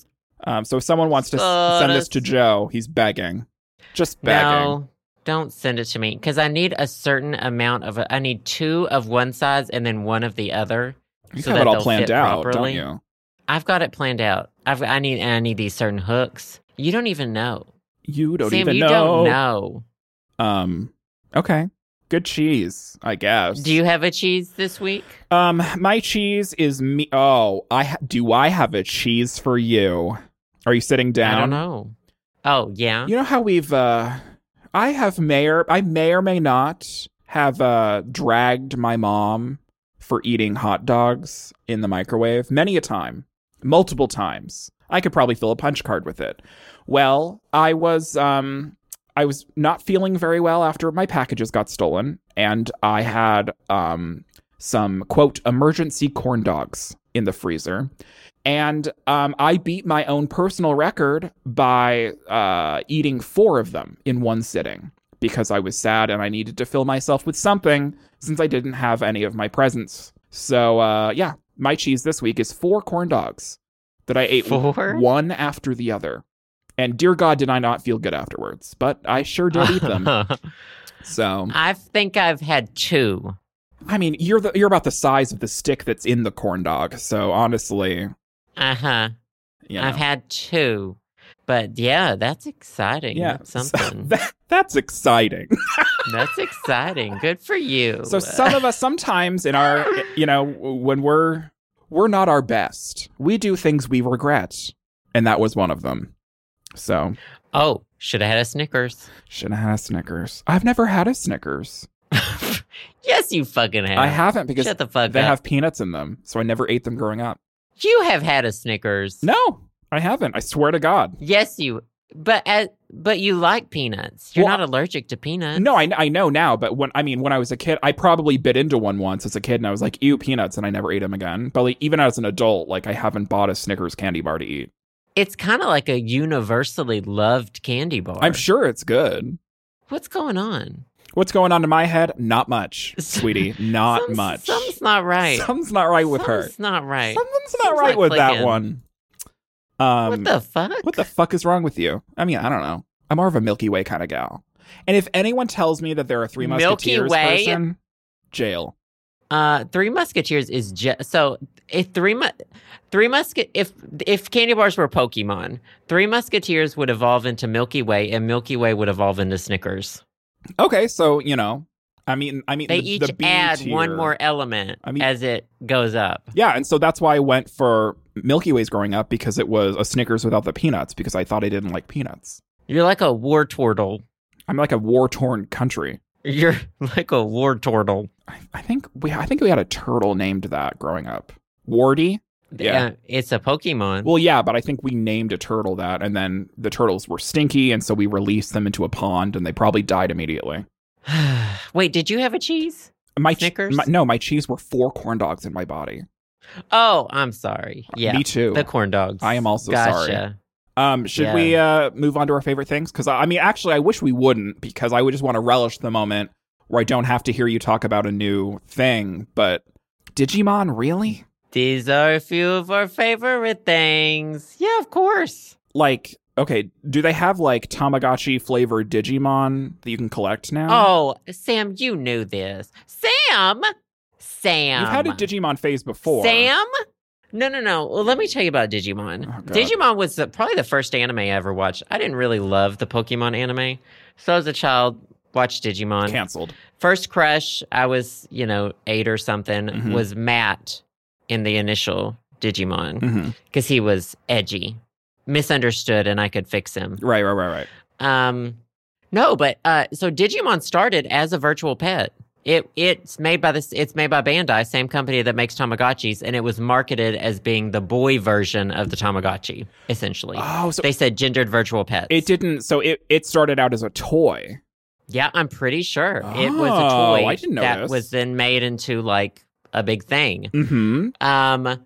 Speaker 2: um, so if someone wants to s- send this to Joe, he's begging, just begging.
Speaker 1: No, don't send it to me because I need a certain amount of. I need two of one size and then one of the other.
Speaker 2: you
Speaker 1: so
Speaker 2: have
Speaker 1: that
Speaker 2: it all
Speaker 1: they'll
Speaker 2: planned
Speaker 1: fit
Speaker 2: out,
Speaker 1: properly.
Speaker 2: don't you?
Speaker 1: I've got it planned out. I've I need and I need these certain hooks. You don't even know.
Speaker 2: You don't
Speaker 1: Sam,
Speaker 2: even
Speaker 1: you
Speaker 2: know.
Speaker 1: don't know.
Speaker 2: Um, okay, good cheese, I guess.
Speaker 1: Do you have a cheese this week?
Speaker 2: Um, my cheese is me. Oh, I ha- do. I have a cheese for you. Are you sitting down?
Speaker 1: I don't know. Oh yeah.
Speaker 2: You know how we've. uh I have may or I may or may not have uh dragged my mom for eating hot dogs in the microwave many a time, multiple times. I could probably fill a punch card with it. Well, I was um I was not feeling very well after my packages got stolen, and I had um some quote emergency corn dogs in the freezer. And um, I beat my own personal record by uh, eating four of them in one sitting because I was sad and I needed to fill myself with something since I didn't have any of my presents. So, uh, yeah, my cheese this week is four corn dogs that I ate
Speaker 1: Four?
Speaker 2: one after the other. And dear God, did I not feel good afterwards, but I sure did eat them. So,
Speaker 1: I think I've had two.
Speaker 2: I mean, you're the, you're about the size of the stick that's in the corn dog. So, honestly,
Speaker 1: Uh huh.
Speaker 2: you know.
Speaker 1: I've had two. But yeah, that's exciting. That's
Speaker 2: so
Speaker 1: something.
Speaker 2: that- that's exciting.
Speaker 1: that's exciting. Good for you.
Speaker 2: So some of us sometimes in our you know when we're we're not our best, we do things we regret, and that was one of them. So
Speaker 1: Oh, should have had a Snickers.
Speaker 2: should have had a Snickers. I've never had a Snickers.
Speaker 1: yes, you fucking have.
Speaker 2: I haven't because
Speaker 1: Shut the fuck
Speaker 2: they
Speaker 1: up.
Speaker 2: have peanuts in them, so I never ate them growing up.
Speaker 1: you have had a Snickers.
Speaker 2: No, I haven't. I swear to God.
Speaker 1: Yes, you. But as, but you like peanuts. You're
Speaker 2: Well,
Speaker 1: not allergic to peanuts.
Speaker 2: No, I, I know now, but when I mean when I was a kid, I probably bit into one once as a kid, and I was like, "Ew, peanuts," and I never ate them again. But like even as an adult, like I haven't bought a Snickers candy bar to eat.
Speaker 1: It's kind of like a universally loved candy bar.
Speaker 2: I'm sure it's good.
Speaker 1: What's going on?
Speaker 2: What's going on in my head? Not much,
Speaker 1: S-
Speaker 2: sweetie. Not
Speaker 1: Some-
Speaker 2: much.
Speaker 1: Something's not right.
Speaker 2: Something's not right with her.
Speaker 1: Something's not right.
Speaker 2: Something's not
Speaker 1: Something's
Speaker 2: right
Speaker 1: not
Speaker 2: with that
Speaker 1: clicking.
Speaker 2: one. Um,
Speaker 1: what the fuck?
Speaker 2: What the fuck is wrong with you? I mean, I don't know. I'm more of a Milky Way kind of gal. And if anyone tells me that there are three
Speaker 1: Milky
Speaker 2: Musketeers
Speaker 1: Way?
Speaker 2: person, jail.
Speaker 1: Uh, Three Musketeers is just so if three mu- three musket if if candy bars were Pokemon, Three Musketeers would evolve into Milky Way, and Milky Way would evolve into Snickers.
Speaker 2: Okay, so you know, I mean, I mean,
Speaker 1: They
Speaker 2: the,
Speaker 1: each
Speaker 2: the B
Speaker 1: add
Speaker 2: tier.
Speaker 1: one more element
Speaker 2: I mean-
Speaker 1: as it goes up.
Speaker 2: Yeah, and so that's why I went for Milky Ways growing up because it was a Snickers without the peanuts because I thought I didn't like peanuts.
Speaker 1: You're like a war turtle.
Speaker 2: I'm like a war torn country.
Speaker 1: You're like a war turtle.
Speaker 2: I, I think we, I think we had a turtle named that growing up. Wardy. Yeah.
Speaker 1: Uh, it's a Pokemon.
Speaker 2: Well, yeah, but I think we named a turtle that, and then the turtles were stinky, and so we released them into a pond, and they probably died immediately.
Speaker 1: Wait, did you have a cheese?
Speaker 2: My che-
Speaker 1: Snickers?
Speaker 2: my- no, my cheese were four corn dogs in my body.
Speaker 1: Oh, I'm sorry. Yeah,
Speaker 2: me too.
Speaker 1: the corn dogs.
Speaker 2: I am also sorry.
Speaker 1: Gotcha.
Speaker 2: Um, should
Speaker 1: Yeah.
Speaker 2: we uh move on to our favorite things? Because I I mean, actually, I wish we wouldn't because I would just want to relish the moment where I don't have to hear you talk about a new thing. But Digimon, really?
Speaker 1: These are a few of our favorite things. Yeah, of course.
Speaker 2: Like, okay, do they have like Tamagotchi flavored Digimon that you can collect now?
Speaker 1: Oh, Sam, you knew this. Sam! Sam.
Speaker 2: you've had a Digimon phase before.
Speaker 1: Sam? No, no, no. Well, let me tell you about Digimon.
Speaker 2: Oh, God.
Speaker 1: Digimon was the, probably the first anime I ever watched. I didn't really love the Pokemon anime. So as a child, watched Digimon.
Speaker 2: canceled.
Speaker 1: First crush, I was, you know, eight or something,
Speaker 2: Mhm.
Speaker 1: was Matt in the initial Digimon
Speaker 2: hmm
Speaker 1: because he was edgy, misunderstood, and I could fix him.
Speaker 2: Right, right, right, right.
Speaker 1: Um, no, but uh, so Digimon started as a virtual pet. It it's made by this. It's made by Bandai, same company that makes Tamagotchis, and it was marketed as being the boy version of the Tamagotchi. Essentially,
Speaker 2: Oh, so
Speaker 1: they said gendered virtual pets.
Speaker 2: it didn't. So it it started out as a toy.
Speaker 1: Yeah, I'm pretty sure it was
Speaker 2: Oh,
Speaker 1: a toy
Speaker 2: I didn't know
Speaker 1: that
Speaker 2: this.
Speaker 1: was then made into like a big thing.
Speaker 2: Mm-hmm.
Speaker 1: Um,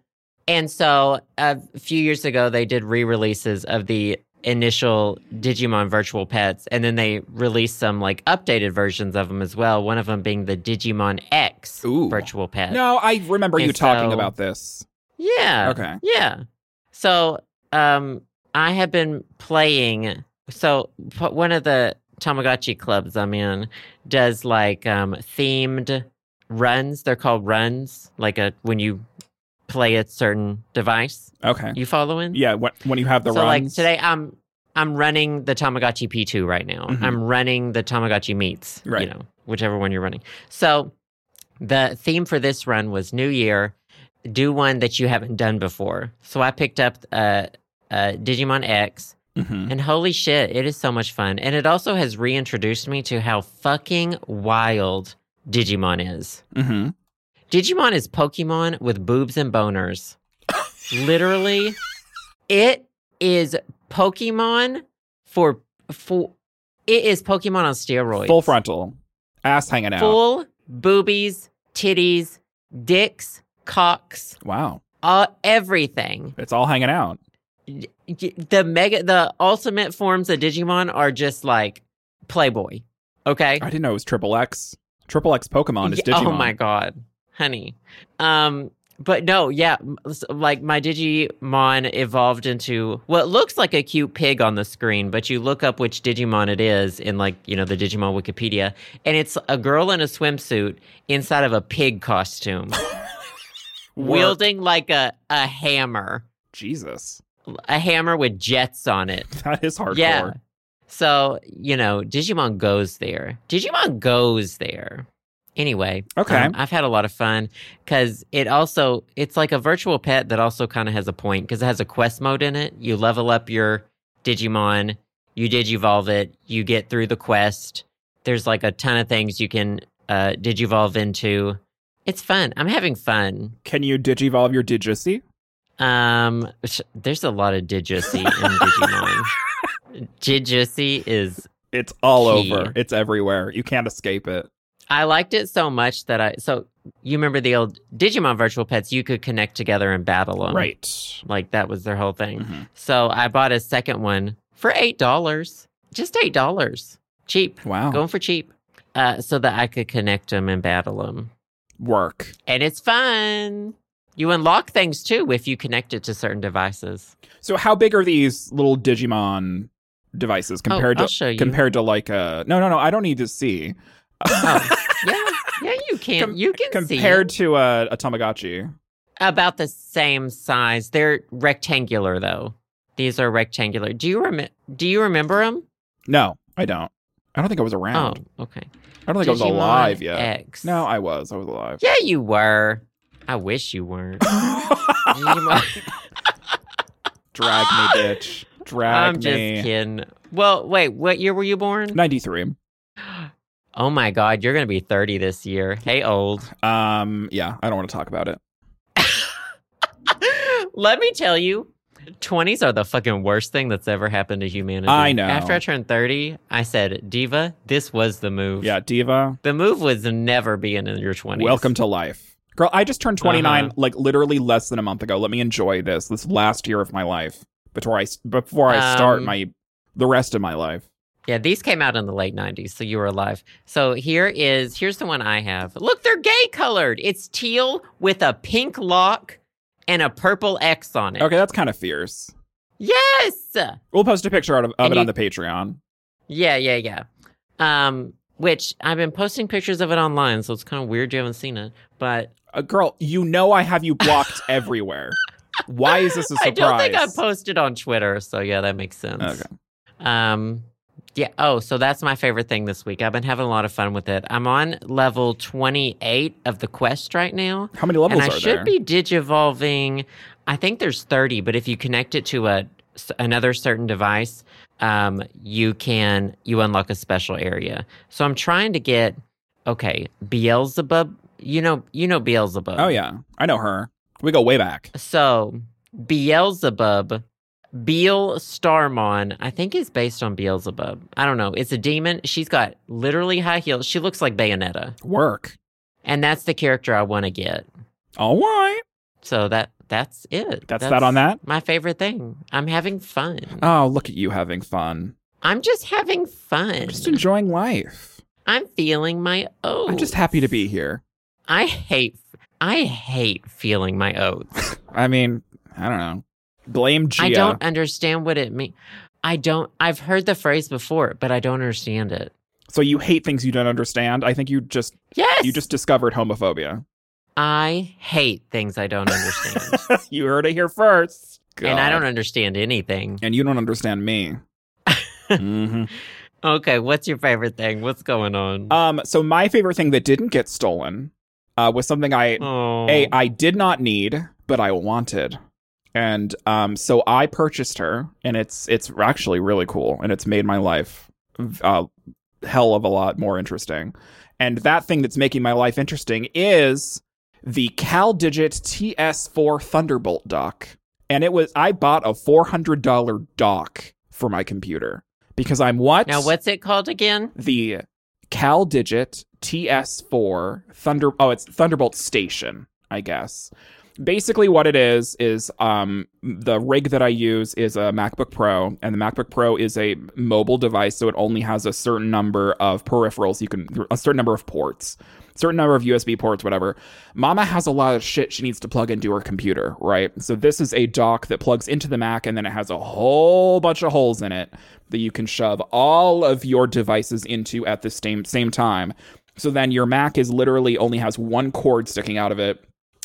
Speaker 1: and so uh, a few years ago, they did re-releases of the initial Digimon Virtual Pets, and then they released some like updated versions of them as well. One of them being the Digimon X
Speaker 2: Ooh.
Speaker 1: Virtual Pet.
Speaker 2: No, I remember you
Speaker 1: And
Speaker 2: talking
Speaker 1: so- uh,
Speaker 2: about this.
Speaker 1: Yeah.
Speaker 2: Okay.
Speaker 1: Yeah. So, um, I have been playing. So, p- one of the Tamagotchi clubs I'm in does like um, themed runs. They're called runs, like a when you play a certain device.
Speaker 2: Okay.
Speaker 1: You following?
Speaker 2: Yeah, when, when you have the
Speaker 1: so, like
Speaker 2: runs.
Speaker 1: today, I'm I'm running the Tamagotchi P2 right now.
Speaker 2: Mhm.
Speaker 1: I'm running the Tamagotchi Meats. You
Speaker 2: Right.
Speaker 1: know, whichever one you're running. So, the theme for this run was New Year. Do one that you haven't done before. So I picked up uh, uh, Digimon X,
Speaker 2: Mhm.
Speaker 1: and holy shit, it is so much fun. And it also has reintroduced me to how fucking wild Digimon is.
Speaker 2: Mm-hmm.
Speaker 1: Digimon is Pokemon with boobs and boners. Literally, it is Pokemon for for it is Pokemon on steroids.
Speaker 2: Full frontal, ass hanging out.
Speaker 1: Full boobies, titties, dicks, cocks,
Speaker 2: wow,
Speaker 1: uh, everything.
Speaker 2: it's all hanging out.
Speaker 1: The mega the ultimate forms of Digimon are just like Playboy. Okay?
Speaker 2: I didn't know it was triple X. Triple X Pokemon is
Speaker 1: Yeah,
Speaker 2: Digimon.
Speaker 1: Oh my god, honey. Um, but no, yeah, m- s- like my Digimon evolved into what looks like a cute pig on the screen, but you look up which Digimon it is in like you know the Digimon Wikipedia, and it's a girl in a swimsuit inside of a pig costume,
Speaker 2: Work.
Speaker 1: wielding like a a hammer,
Speaker 2: Jesus,
Speaker 1: a hammer with jets on it.
Speaker 2: that is hardcore.
Speaker 1: Yeah. So you know, Digimon goes there. Digimon goes there. Anyway,
Speaker 2: Okay.
Speaker 1: um, I've had a lot of fun because it also it's like a virtual pet that also kind of has a point because it has a quest mode in it. You level up your Digimon, you digivolve it, you get through the quest. There's like a ton of things you can uh, digivolve into. It's fun. I'm having fun.
Speaker 2: Can you digivolve your Digicy?
Speaker 1: Um, sh- there's a lot of digicy in Digimon. Jijussi is
Speaker 2: It's all
Speaker 1: Gee.
Speaker 2: over. It's everywhere. You can't escape it.
Speaker 1: I liked it so much that I so you remember the old Digimon virtual pets you could connect together and battle them.
Speaker 2: Right.
Speaker 1: Like that was their whole thing.
Speaker 2: Mhm.
Speaker 1: So I bought a second one for $8. Just $8. Cheap.
Speaker 2: Wow.
Speaker 1: Going for cheap. Uh, so that I could connect them and battle them.
Speaker 2: Work.
Speaker 1: And it's fun. You unlock things too if you connect it to certain devices.
Speaker 2: So how big are these little Digimon devices compared
Speaker 1: oh, I'll
Speaker 2: to
Speaker 1: show you.
Speaker 2: compared to like a No, no, no, I don't need to see.
Speaker 1: Oh, yeah, yeah, you can.
Speaker 2: Com-
Speaker 1: you can
Speaker 2: compared
Speaker 1: see
Speaker 2: to a, a Tamagotchi.
Speaker 1: it. about the same size. They're rectangular though. These are rectangular. Do you remember? Do you remember them?
Speaker 2: No, I don't. I don't think I was
Speaker 1: Oh,
Speaker 2: around.
Speaker 1: okay.
Speaker 2: I don't think I was
Speaker 1: Digimon
Speaker 2: alive yet.
Speaker 1: X.
Speaker 2: No, I was. I was alive.
Speaker 1: Yeah, you were. I wish you weren't. Digimon-
Speaker 2: Drag me, bitch. Drag
Speaker 1: I'm just
Speaker 2: me.
Speaker 1: kidding. Well, wait. What year were you born?
Speaker 2: 93.
Speaker 1: Oh my God, you're gonna be 30 this year. Hey, old.
Speaker 2: Um, yeah, I don't want to talk about it.
Speaker 1: Let me tell you, 20s are the fucking worst thing that's ever happened to humanity.
Speaker 2: I know.
Speaker 1: After I turned 30, I said, Diva, this was the move.
Speaker 2: Yeah, Diva,
Speaker 1: The move was never being in your 20s.
Speaker 2: welcome to life. Girl, I just turned 29
Speaker 1: Uh-huh.
Speaker 2: like literally less than a month ago. Let me enjoy this this last year of my life before I before I start
Speaker 1: Um,
Speaker 2: my the rest of my life.
Speaker 1: Yeah, these came out in the late 90s, so you were alive. So here is, here's the one I have. Look, they're gay colored. It's teal with a pink lock and a purple X on it.
Speaker 2: Okay, that's kind of fierce.
Speaker 1: Yes.
Speaker 2: We'll post a picture out of, of
Speaker 1: And
Speaker 2: it
Speaker 1: you-
Speaker 2: on the Patreon.
Speaker 1: Yeah, yeah, yeah. Um, which I've been posting pictures of it online, so it's kind of weird you haven't seen it. But
Speaker 2: Uh, girl, you know I have you blocked everywhere. Why is this a surprise?
Speaker 1: I don't think I posted on Twitter, so yeah, that makes sense.
Speaker 2: Okay.
Speaker 1: Um, yeah. Oh, so that's my favorite thing this week. I've been having a lot of fun with it. I'm on level 28 of the quest right now,
Speaker 2: How many levels
Speaker 1: and I
Speaker 2: are
Speaker 1: should
Speaker 2: there?
Speaker 1: be digivolving. I think there's 30, but if you connect it to a s- another certain device, um, you can you unlock a special area. So I'm trying to get okay, Beelzebub. You know, you know Beelzebub.
Speaker 2: oh yeah, I know her. We go way back.
Speaker 1: So Beelzebub, Beel Starmon, I think is based on Beelzebub. I don't know. It's a demon. She's got literally high heels. She looks like Bayonetta,
Speaker 2: Work.
Speaker 1: and that's the character I want to get.
Speaker 2: All right.
Speaker 1: So that that's it.
Speaker 2: That's, that on that.
Speaker 1: My favorite thing. I'm having fun.
Speaker 2: Oh, look at you having fun.
Speaker 1: I'm just having fun.
Speaker 2: Just enjoying life.
Speaker 1: I'm feeling my oats.
Speaker 2: I'm just happy to be here.
Speaker 1: I hate. I hate feeling my oats.
Speaker 2: I mean, I don't know. Blame Gia.
Speaker 1: I don't understand what it means. I don't. I've heard the phrase before, but I don't understand it.
Speaker 2: So you hate things you don't understand. I think you just
Speaker 1: Yes.
Speaker 2: you just discovered homophobia.
Speaker 1: I hate things I don't understand.
Speaker 2: you heard it here first.
Speaker 1: and I
Speaker 2: God.
Speaker 1: don't understand anything.
Speaker 2: And you don't understand me. hmm
Speaker 1: Okay, what's your favorite thing? What's going on?
Speaker 2: Um. So my favorite thing that didn't get stolen uh, was something I
Speaker 1: oh.
Speaker 2: a I did not need, but I wanted. And um, so I purchased her, and it's it's actually really cool, and it's made my life a hell of a lot more interesting. And that thing that's making my life interesting is the CalDigit TS4 Thunderbolt dock. And it was I bought a four hundred dollar dock for my computer because I'm what
Speaker 1: now what's it called again?
Speaker 2: the CalDigit TS4 Thunder oh it's Thunderbolt Station, I guess. Basically what it is is um the rig that I use is a MacBook Pro and the MacBook Pro is a mobile device so it only has a certain number of peripherals you can a certain number of ports, certain number of USB ports whatever. Mama has a lot of shit she needs to plug into her computer, right? So this is a dock that plugs into the Mac and then it has a whole bunch of holes in it that you can shove all of your devices into at the same same time. So then your Mac is literally only has one cord sticking out of it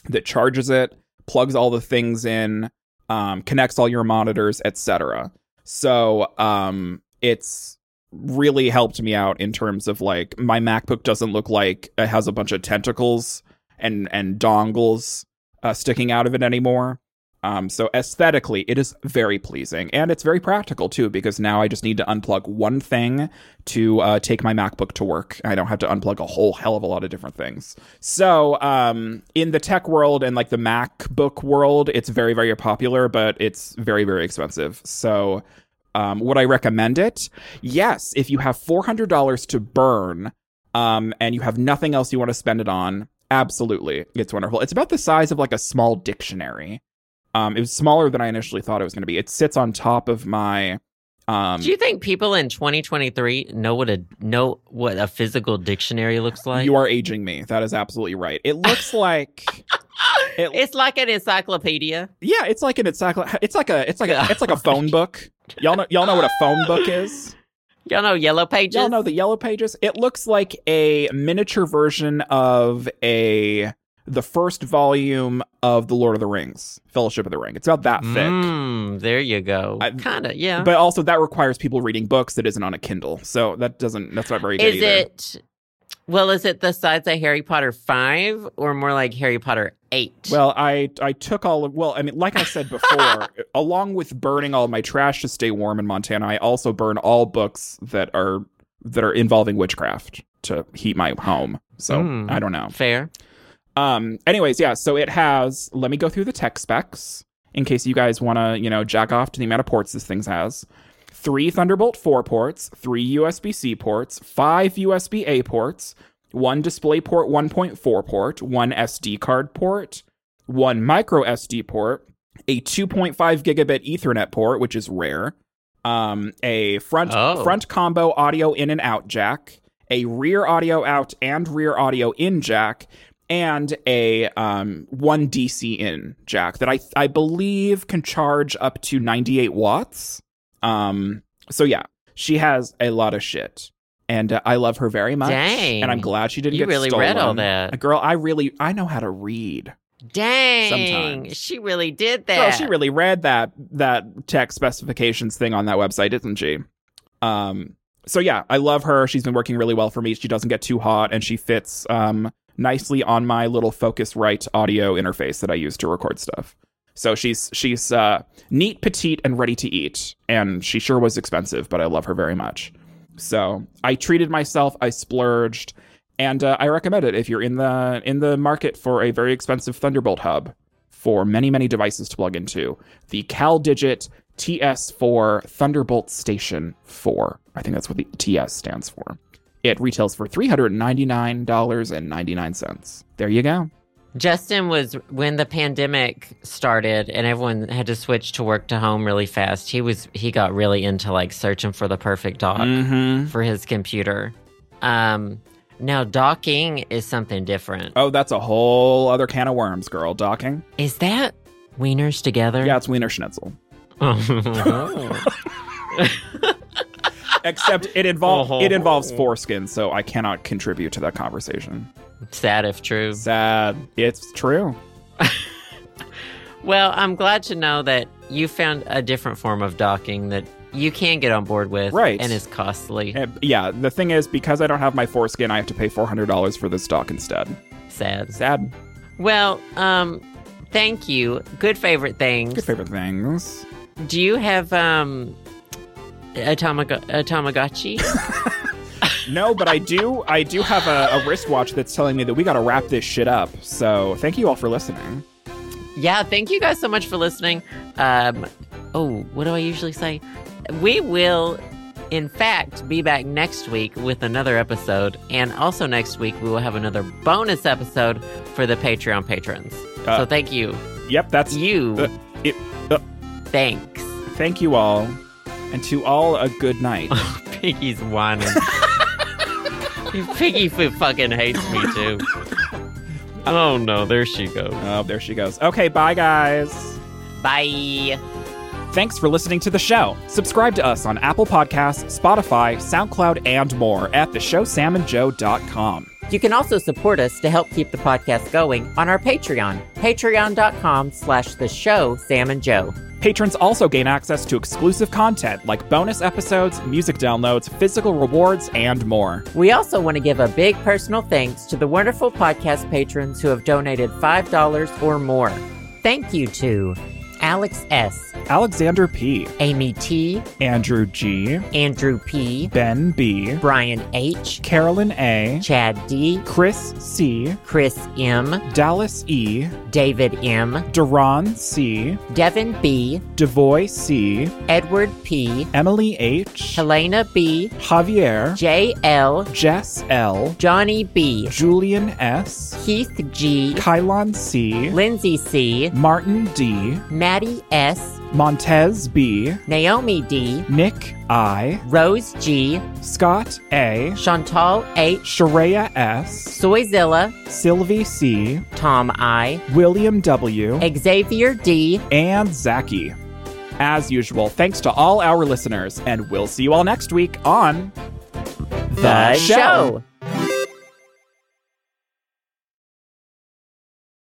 Speaker 2: that charges it, plugs all the things in, um, connects all your monitors, etc. So um, it's really helped me out in terms of like my MacBook doesn't look like it has a bunch of tentacles and and dongles uh, sticking out of it anymore. Um, so aesthetically, it is very pleasing and it's very practical too because now I just need to unplug one thing to uh, take my MacBook to work. I don't have to unplug a whole hell of a lot of different things. So um, in the tech world and like the MacBook world, it's very very popular, but it's very very expensive. So Um, would I recommend it? Yes, if you have $400 to burn um, and you have nothing else you want to spend it on, absolutely. It's wonderful. It's about the size of like a small dictionary. Um, it was smaller than I initially thought it was going to be. It sits on top of my. Um,
Speaker 1: Do you think people in 2023 know what a know what a physical dictionary looks like?
Speaker 2: you are aging me. That is absolutely right. It looks like. it-
Speaker 1: it's like an encyclopedia.
Speaker 2: Yeah, it's like an encyclopedia. It's like a it's like a it's like a phone book. Y'all know y'all know what a phone book is.
Speaker 1: Y'all know Yellow Pages.
Speaker 2: Y'all know the yellow pages. It looks like a miniature version of a the first volume of the Lord of the Rings, Fellowship of the Ring. It's about that thick.
Speaker 1: Mm, there you go.
Speaker 2: I-
Speaker 1: Kind of, yeah.
Speaker 2: But also that requires people reading books that isn't on a Kindle. So that doesn't that's not very good
Speaker 1: is
Speaker 2: either.
Speaker 1: it well? Is it the size of Harry Potter five, or more like Harry Potter eight?
Speaker 2: Well, I I took all of well, I mean, like I said before, along with burning all my trash to stay warm in Montana, I also burn all books that are that are involving witchcraft to heat my home. So
Speaker 1: Mm.
Speaker 2: I don't know.
Speaker 1: fair.
Speaker 2: Um. Anyways, yeah. So it has. Let me go through the tech specs in case you guys want to, you know, jack off to the amount of ports this thing has. Three Thunderbolt 4 ports, three USB C ports, five USB A ports, one display port 1.4 port, one SD card port, one micro SD port, a 2.5 gigabit Ethernet port, which is rare, um, a front
Speaker 1: Oh.
Speaker 2: front combo audio in and out jack, a rear audio out and rear audio in jack, and a um, one DC in jack that I I believe can charge up to 98 watts. Um, so yeah, she has a lot of shit, and uh, I love her very much.
Speaker 1: Dang.
Speaker 2: And I'm glad she didn't
Speaker 1: You
Speaker 2: get
Speaker 1: really
Speaker 2: stolen.
Speaker 1: read all that.
Speaker 2: Girl, I really I know how to read.
Speaker 1: Dang,
Speaker 2: Sometimes.
Speaker 1: she really did that.
Speaker 2: Girl, she really read that that tech specifications thing on that website, didn't she? Um so yeah, I love her. She's been working really well for me. She doesn't get too hot and she fits um nicely on my little focus right audio interface that I use to record stuff. So she's she's uh neat, petite, and ready to eat. And she sure was expensive, but I love her very much. So I treated myself, I splurged, and uh, I recommend it if you're in the in the market for a very expensive Thunderbolt hub for many many devices to plug into. The CalDigit TS4 Thunderbolt Station 4. I think that's what the TS stands for. It retails for three hundred ninety nine dollars and ninety nine cents. There you go.
Speaker 1: Justin was when the pandemic started and everyone had to switch to work to home really fast. He was he got really into like searching for the perfect dock
Speaker 2: Mm-hmm.
Speaker 1: for his computer. Um, now docking is something different.
Speaker 2: Oh, that's a whole other can of worms, girl. Docking.
Speaker 1: Is that wieners together?
Speaker 2: Yeah, it's Wiener Schnitzel.
Speaker 1: oh.
Speaker 2: Except it involves
Speaker 1: Oh.
Speaker 2: it involves foreskin, so I cannot contribute to that conversation.
Speaker 1: Sad if true.
Speaker 2: Sad. It's true.
Speaker 1: Well, I'm glad to know that you found a different form of docking that you can get on board with,
Speaker 2: Right.
Speaker 1: And is costly.
Speaker 2: Eh, yeah, the thing is, because I don't have my foreskin, I have to pay four hundred dollars for this dock instead.
Speaker 1: Sad.
Speaker 2: Sad.
Speaker 1: Well, um, thank you. Good favorite things.
Speaker 2: Good favorite things.
Speaker 1: Do you have um, a, tamago- a Tamagotchi?
Speaker 2: No, but I do. I do have a, a wristwatch that's telling me that we got to wrap this shit up. So thank you all for listening.
Speaker 1: yeah, thank you guys so much for listening. Um, oh, what do I usually say? We will, in fact, be back next week with another episode. And also next week, we will have another bonus episode for the Patreon patrons.
Speaker 2: Uh,
Speaker 1: so thank you.
Speaker 2: Yep, that's.
Speaker 1: You.
Speaker 2: Uh, it- uh.
Speaker 1: Thanks.
Speaker 2: Thank you all, and to all a good night.
Speaker 1: Piggy's whining. Piggy fu- fucking hates me too. Oh no, there she goes.
Speaker 2: oh, there she goes. Okay, bye guys.
Speaker 1: Bye.
Speaker 2: Thanks for listening to the show. Subscribe to us on Apple Podcasts, Spotify, SoundCloud, and more at theshowsamandjoe.com.
Speaker 1: You can also support us to help keep the podcast going on our Patreon, patreon.com slash the show Sam and Joe.
Speaker 2: Patrons also gain access to exclusive content like bonus episodes, music downloads, physical rewards, and more.
Speaker 1: We also want to give a big personal thanks to the wonderful podcast patrons who have donated $5 or more. Thank you to Alex S.,
Speaker 2: Alexander P,
Speaker 1: Amy T.,
Speaker 2: Andrew G,
Speaker 1: Andrew P.,
Speaker 2: Ben B,
Speaker 1: Brian H.,
Speaker 2: Carolyn A,
Speaker 1: Chad D.,
Speaker 2: Chris C,
Speaker 1: Chris M.,
Speaker 2: Dallas E,
Speaker 1: David M.,
Speaker 2: Duran C,
Speaker 1: Devin B.,
Speaker 2: Devoy C,
Speaker 1: Edward P.,
Speaker 2: Emily H,
Speaker 1: Helena B.,
Speaker 2: Javier,
Speaker 1: J.L.,
Speaker 2: Jess L,
Speaker 1: Johnny B.,
Speaker 2: Julian S,
Speaker 1: Keith G.,
Speaker 2: Kylon C,
Speaker 1: Lindsay C.,
Speaker 2: Martin D,
Speaker 1: Maddie S.,
Speaker 2: Montez B,
Speaker 1: Naomi D.,
Speaker 2: Nick I,
Speaker 1: Rose G.,
Speaker 2: Scott A,
Speaker 1: Chantal H.,
Speaker 2: Sharia S,
Speaker 1: Soyzilla,
Speaker 2: Sylvie C,
Speaker 1: Tom I.,
Speaker 2: William W,
Speaker 1: Xavier D.,
Speaker 2: and Zaki. As usual, thanks to all our listeners, and we'll see you all next week on
Speaker 1: The Show.